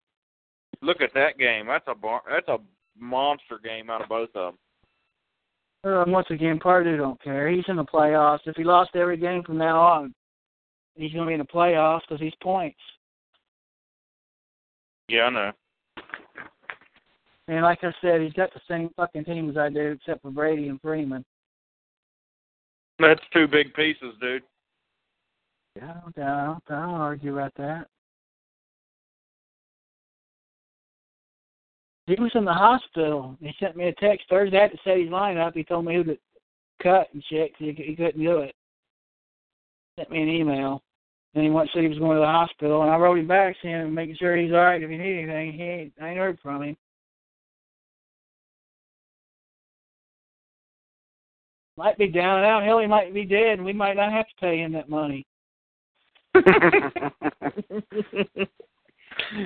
Speaker 4: Look at that game. That's a bar- that's a monster game out of both of them.
Speaker 2: Uh, once again, Pardue don't care. He's in the playoffs. If he lost every game from now on, he's gonna be in the playoffs because he's points.
Speaker 4: Yeah, I know.
Speaker 2: And like I said, he's got the same fucking team as I do, except for Brady and Freeman.
Speaker 4: That's two big pieces, dude.
Speaker 2: Yeah, I don't, I don't, I don't argue about that. He was in the hospital. He sent me a text Thursday after said he's lining up. He told me who to cut and shit 'cause he, he couldn't do it. Sent me an email. Then he went said he was going to the hospital, and I wrote him back saying, making sure he's all right if he need anything. He ain't, I ain't heard from him. Might be down and out. Hell, he might be dead, and we might not have to pay him that money.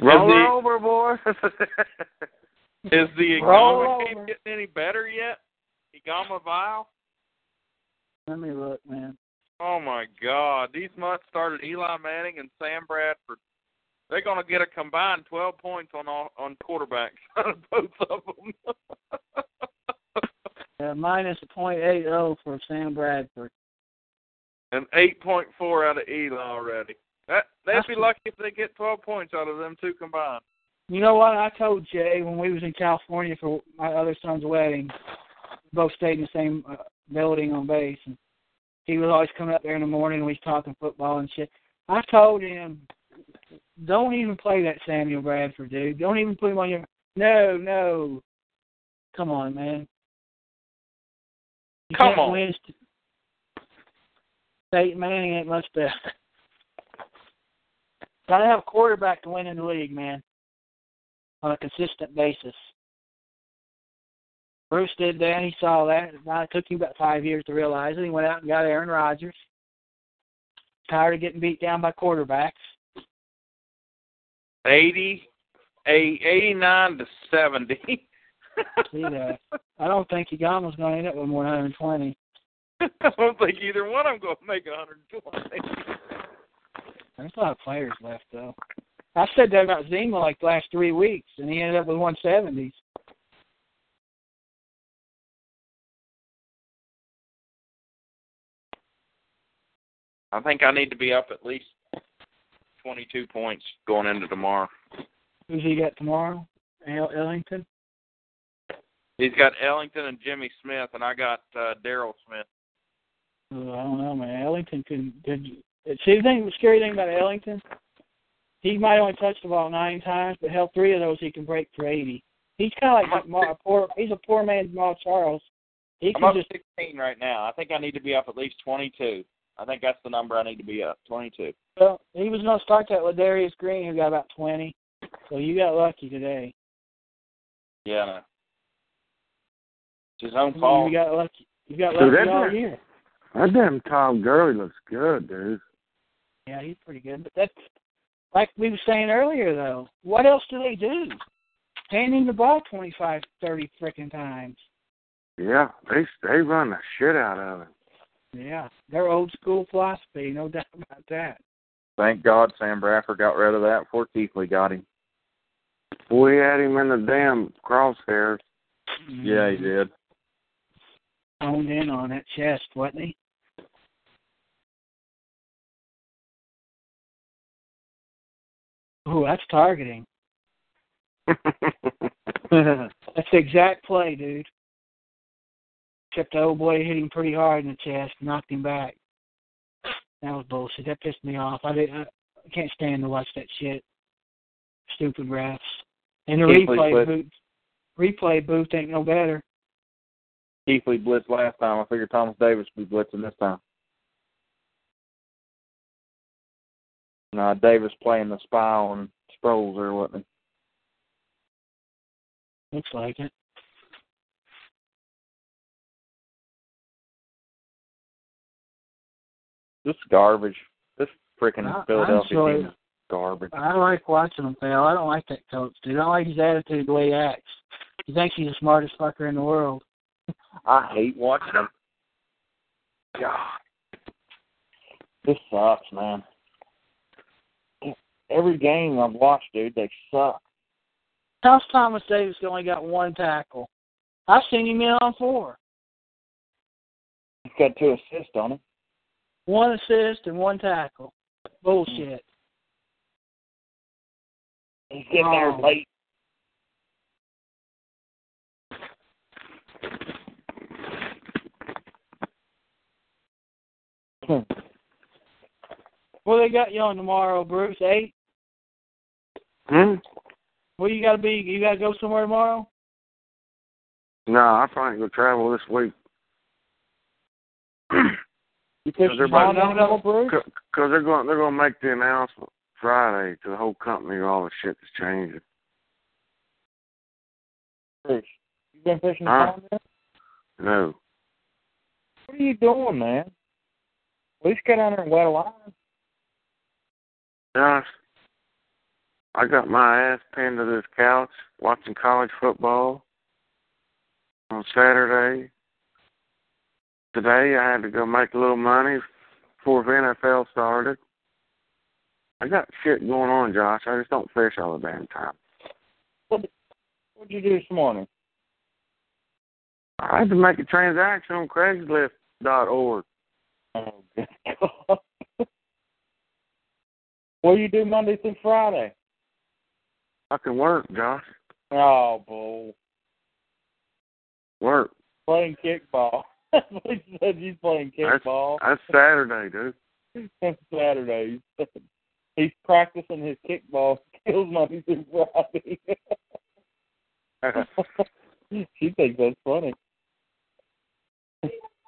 Speaker 1: Roll
Speaker 4: Is the-
Speaker 1: over, boy.
Speaker 4: Is the
Speaker 2: Roll
Speaker 4: Igama game
Speaker 2: over.
Speaker 4: getting any better yet? Igama Vile?
Speaker 2: Let me look, man.
Speaker 4: Oh my God! These months started Eli Manning and Sam Bradford. They're going to get a combined twelve points on all, on quarterbacks out of both of them.
Speaker 2: Uh, minus a point eight zero for Sam Bradford.
Speaker 4: and eight point four out of Eli already.
Speaker 5: That they'd be lucky if they get twelve points out of them two combined.
Speaker 2: You know what? I told Jay when we was in California for my other son's wedding, we both stayed in the same uh, building on base, and he was always coming up there in the morning. and We was talking football and shit. I told him, don't even play that Samuel Bradford dude. Don't even put him on your. No, no. Come on, man. You
Speaker 5: Come
Speaker 2: can't
Speaker 5: on.
Speaker 2: Win. st- Peyton Manning ain't much better. Gotta have a quarterback to win in the league, man on a consistent basis. Bruce did that. He saw that. Now it took him about five years to realize it. He went out and got Aaron Rodgers. Tired of getting beat down by quarterbacks.
Speaker 5: Eighty, a eighty-nine to seventy.
Speaker 2: See that? I don't think Yagama's going to end up with more than 120.
Speaker 5: I don't think either one of them going to make 120.
Speaker 2: There's a lot of players left, though. I said that about Zima like the last three weeks, and he ended up with 170s.
Speaker 5: I think I need to be up at least 22 points going into tomorrow.
Speaker 2: Who's he got tomorrow? El- Ellington?
Speaker 5: He's got Ellington and Jimmy Smith, and I got uh, Daryl Smith.
Speaker 2: Oh, I don't know, man. Ellington couldn't. Did see the thing, the scary thing about Ellington? He might only touch the ball nine times, but hell, three of those he can break for eighty. He's kind of like Ma, a poor. He's a poor man's Ma Charles. He
Speaker 5: I'm up
Speaker 2: can just.
Speaker 5: 16 right now. I think I need to be up at least 22. I think that's the number I need to be up. 22.
Speaker 2: Well, he was going to start that with Darius Green, who got about twenty. So you got lucky today.
Speaker 5: Yeah. I know. It's his own
Speaker 2: You
Speaker 5: fault.
Speaker 2: got lucky. You got
Speaker 1: Dude,
Speaker 2: lucky
Speaker 1: that-
Speaker 2: all year.
Speaker 1: That damn Tom Gurley looks good, dude.
Speaker 2: Yeah, he's pretty good. But that's like we were saying earlier, though. What else do they do? Hand him the ball twenty-five, thirty frickin' times.
Speaker 1: Yeah, they they run the shit out of him.
Speaker 2: Yeah, their old school philosophy, no doubt about that.
Speaker 4: Thank God Sam Bradford got rid of that before Keithley got him.
Speaker 1: We had him in the damn crosshairs.
Speaker 4: Yeah,
Speaker 2: Mm-hmm.
Speaker 4: he did.
Speaker 2: Honed in on that chest, wasn't he? Oh, that's targeting. That's the exact play, dude. Except the old boy hit him pretty hard in the chest, knocked him back. That was bullshit. That pissed me off. I did. I I can't stand to watch that shit. Stupid refs. And the
Speaker 4: Can't believe
Speaker 2: replay
Speaker 4: what-
Speaker 2: booth, replay booth ain't no better.
Speaker 4: Keithley blitzed last time. I figure Thomas Davis would be blitzing this time. Nah, Davis playing the spy on Sproles or wasn't
Speaker 2: Looks like it.
Speaker 4: he? This is garbage. This freaking
Speaker 2: I- I'm
Speaker 4: Philadelphia
Speaker 2: sorry.
Speaker 4: team is garbage.
Speaker 2: I like watching him fail. I don't like that coach, dude. I don't like his attitude, the way he acts. He thinks he's the smartest fucker in the world.
Speaker 4: I hate watching them. God, this sucks, man. Every game I've watched, dude, they suck.
Speaker 2: How's Thomas Davis only got one tackle? I've seen him in on four.
Speaker 4: He's got two assists on him.
Speaker 2: One assist and one tackle. Bullshit.
Speaker 4: He's getting there
Speaker 2: Oh.
Speaker 4: late.
Speaker 2: Well, they got you on tomorrow, Bruce. Eight.
Speaker 1: Hmm?
Speaker 2: Where you gotta be? You gotta go somewhere tomorrow.
Speaker 1: No, I probably go travel this week
Speaker 4: You
Speaker 1: Because everybody-
Speaker 2: Oh, no, no, Bruce.
Speaker 1: because they're going they're going to make the announcement Friday to the whole company all the shit that's changing.
Speaker 4: fish. You been fishing
Speaker 1: Huh?
Speaker 4: the pond yet?
Speaker 1: No,
Speaker 4: What are you doing, man? At least get down there and wet a line.
Speaker 1: Josh, I got my ass pinned to this couch watching college football on Saturday. Today I had to go make a little money before the NFL started. I got shit going on, Josh. I just don't fish all the damn time.
Speaker 4: What'd you do this morning?
Speaker 1: I had to make a transaction on Craigslist dot org.
Speaker 4: Oh, good God. What do you do Monday through Friday?
Speaker 1: I can work, Josh.
Speaker 4: Oh, bull.
Speaker 1: Work.
Speaker 4: Playing kickball. He said He's playing kickball.
Speaker 1: That's Saturday, dude.
Speaker 4: That's Saturday. He said He's practicing his kickball skills Monday through Friday. she thinks that's funny.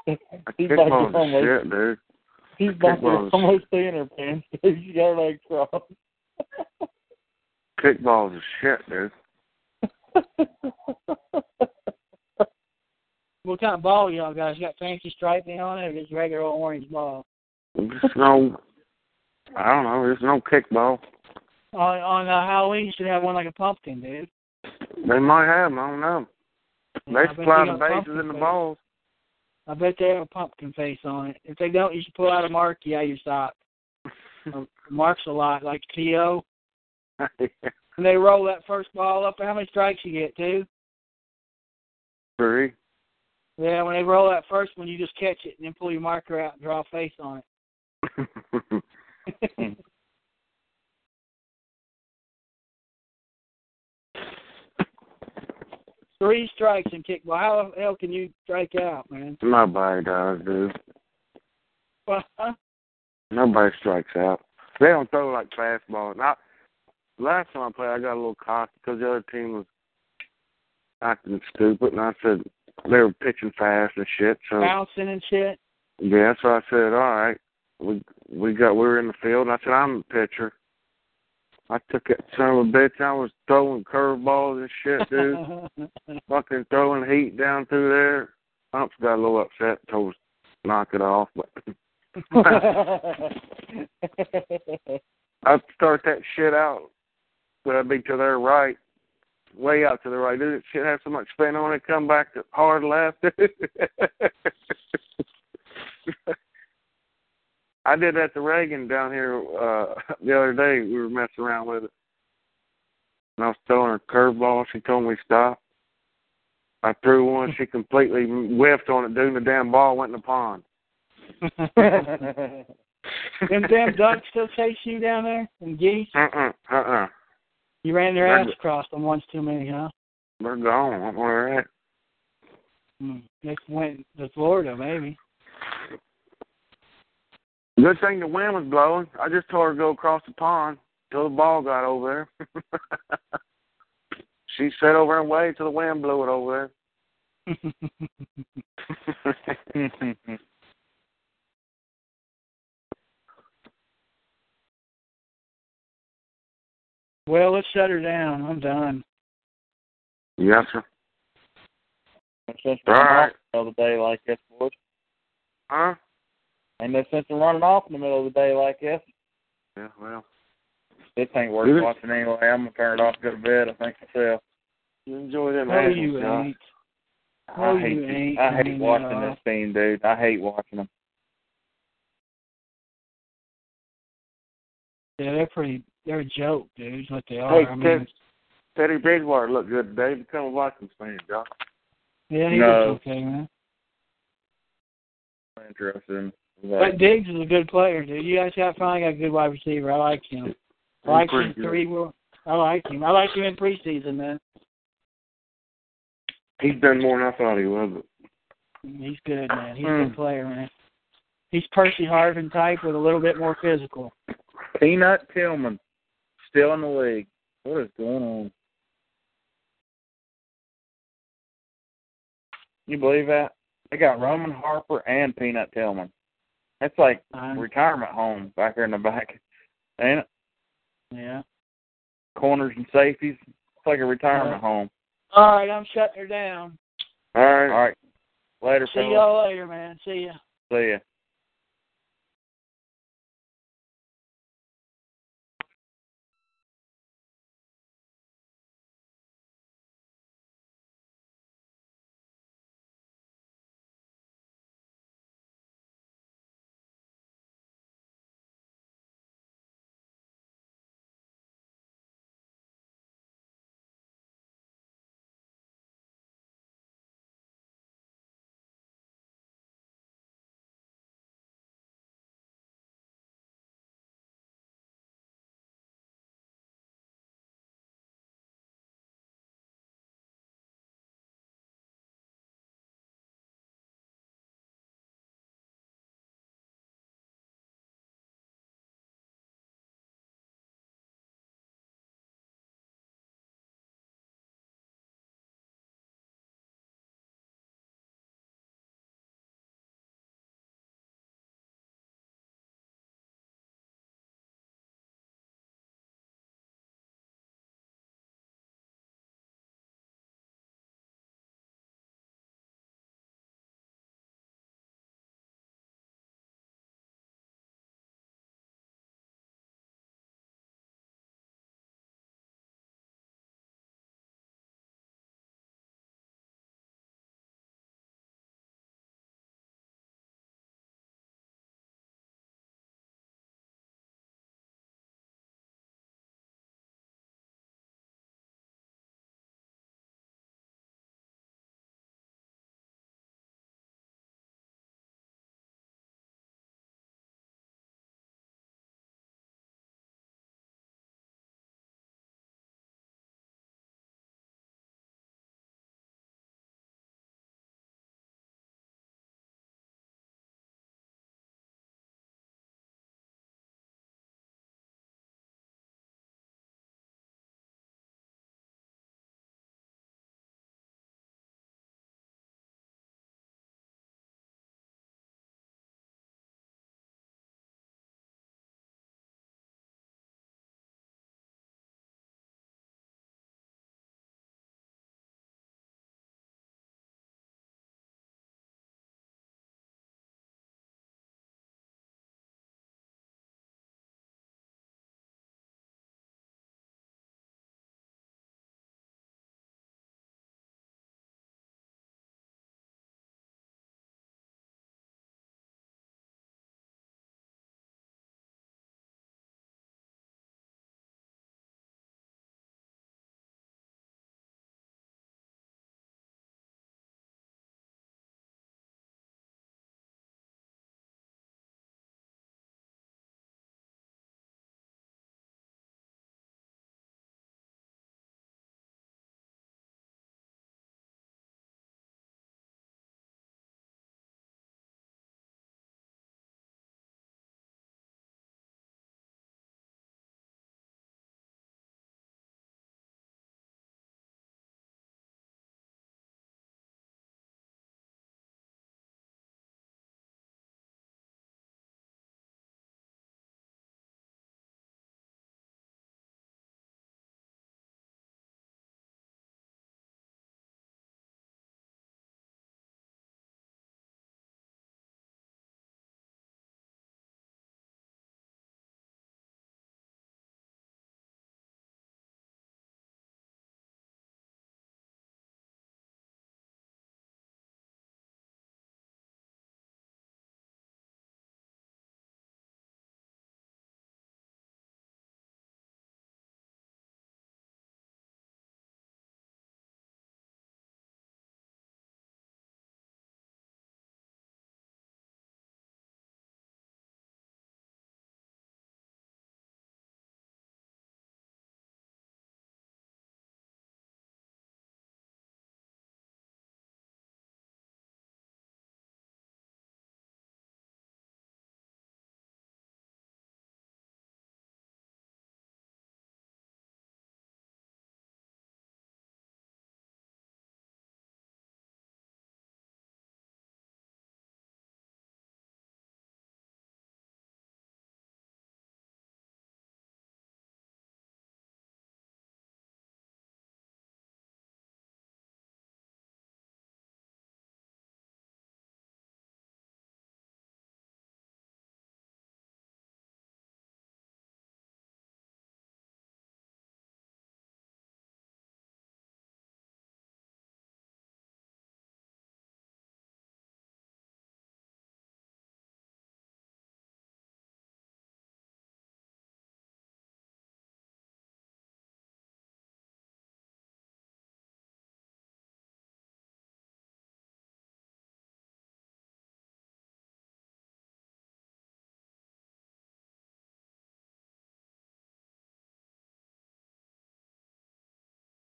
Speaker 4: She's like
Speaker 1: Kickball's the
Speaker 4: almost,
Speaker 1: shit, dude.
Speaker 4: she's like
Speaker 1: Kickball is-
Speaker 4: almost seeing her pants. dude. She got her legs crossed.
Speaker 1: Kickball's the shit, dude.
Speaker 2: What kind of ball y'all guys? You got fancy striping on it or just regular old orange ball?
Speaker 1: There's no, I don't know. There's no kickball.
Speaker 2: On on uh, Halloween, you should have one like a pumpkin, dude.
Speaker 1: They might have. 'em, I don't know.
Speaker 2: I
Speaker 1: They
Speaker 2: bet
Speaker 1: supply
Speaker 2: they
Speaker 1: the
Speaker 2: got
Speaker 1: bases
Speaker 2: pumpkin
Speaker 1: and the
Speaker 2: face.
Speaker 1: balls.
Speaker 2: I bet they have a pumpkin face on it. If they don't, you should pull out a marquee out of your sock. Uh, Marks a lot, like T.O. And they roll that first ball up. How many strikes you get, too?
Speaker 1: Three.
Speaker 2: Yeah, when they roll that first one, you just catch it and then pull your marker out and draw a face on it. Three strikes in kickball. How the hell can you strike out, man?
Speaker 1: Nobody does, dude.
Speaker 2: That's
Speaker 1: Nobody strikes out. They don't throw like fastball. And I, last time I played, I got a little cocky because the other team was acting stupid, and I said they were pitching fast and shit. So
Speaker 2: bouncing and shit.
Speaker 1: yeah, so I said, all right, we we got we were in the field. And I said I'm the pitcher. I took it, son of a bitch. I was throwing curveballs and shit, dude. fucking throwing heat down through there. Pumps got a little upset, told us to knock it off. But I'd start that shit out, but I'd be to their right, way out to the right. Dude, that shit have so much spin on it, come back to hard left. I did that to Reagan down here uh the other day. We were messing around with it. And I was throwing her curveball. She told me stop. I threw one. She completely whiffed on it, dude. and The damn ball went in the pond.
Speaker 2: Them damn ducks still chase you down there? And geese?
Speaker 1: Uh-uh, uh-uh.
Speaker 2: You ran their
Speaker 1: They're-
Speaker 2: ass across them once too many, huh?
Speaker 1: They're gone. Where at?
Speaker 2: Hmm. They went to Florida, maybe.
Speaker 1: Good thing the wind was blowing. I just told her to go across the pond till the ball got over there. she sat over and waited till the wind blew it over there.
Speaker 2: well, let's shut her down. I'm done.
Speaker 1: yes, sir.
Speaker 4: Since
Speaker 1: All right.
Speaker 4: the middle of the day like this, boys.
Speaker 1: Huh?
Speaker 4: Ain't no sense in running off in the middle of the day like this.
Speaker 1: Yeah, well,
Speaker 4: This ain't worth
Speaker 1: Really?
Speaker 4: watching anyway. I'm gonna turn it off, go to bed. I think myself.
Speaker 1: you enjoy them
Speaker 2: No,
Speaker 1: animals,
Speaker 2: Oh, you
Speaker 1: Josh.
Speaker 2: ain't.
Speaker 4: I
Speaker 2: No,
Speaker 4: hate
Speaker 2: Oh, you
Speaker 4: this-
Speaker 2: ain't.
Speaker 4: I hate
Speaker 2: You
Speaker 4: watching
Speaker 2: know.
Speaker 4: this team, dude. I hate watching them.
Speaker 2: Yeah, they're pretty. They're a joke, dude. is What they are.
Speaker 1: Hey,
Speaker 2: I
Speaker 1: Ted,
Speaker 2: mean,
Speaker 1: Teddy Bridgewater looked good today. Become a Vikings fan, Josh.
Speaker 2: yeah, he
Speaker 4: No.
Speaker 2: was okay, man.
Speaker 4: I'm interested in
Speaker 2: But
Speaker 4: that.
Speaker 2: Diggs is a good player, dude. You guys got finally got a good wide receiver. I like him. I like
Speaker 1: Pretty
Speaker 2: him
Speaker 1: good.
Speaker 2: three. wor- I like him. I like him in preseason, man.
Speaker 1: He's done more than I thought he would. But
Speaker 2: He's good, man. He's
Speaker 1: Hmm.
Speaker 2: a good player, man. He's Percy Harvin type with a little bit more physical.
Speaker 4: Peanut Tillman still in the league. What is going on? You believe that? They got Roman Harper and Peanut Tillman. That's like
Speaker 2: Um,
Speaker 4: retirement home back there in the back. Ain't it?
Speaker 2: yeah.
Speaker 4: Corners and safeties. It's like a retirement home.
Speaker 2: All right, I'm shutting her down.
Speaker 1: all
Speaker 4: All
Speaker 1: right.
Speaker 4: right. Later,
Speaker 2: See
Speaker 4: fellas.
Speaker 2: y'all later, man. See ya.
Speaker 4: See ya.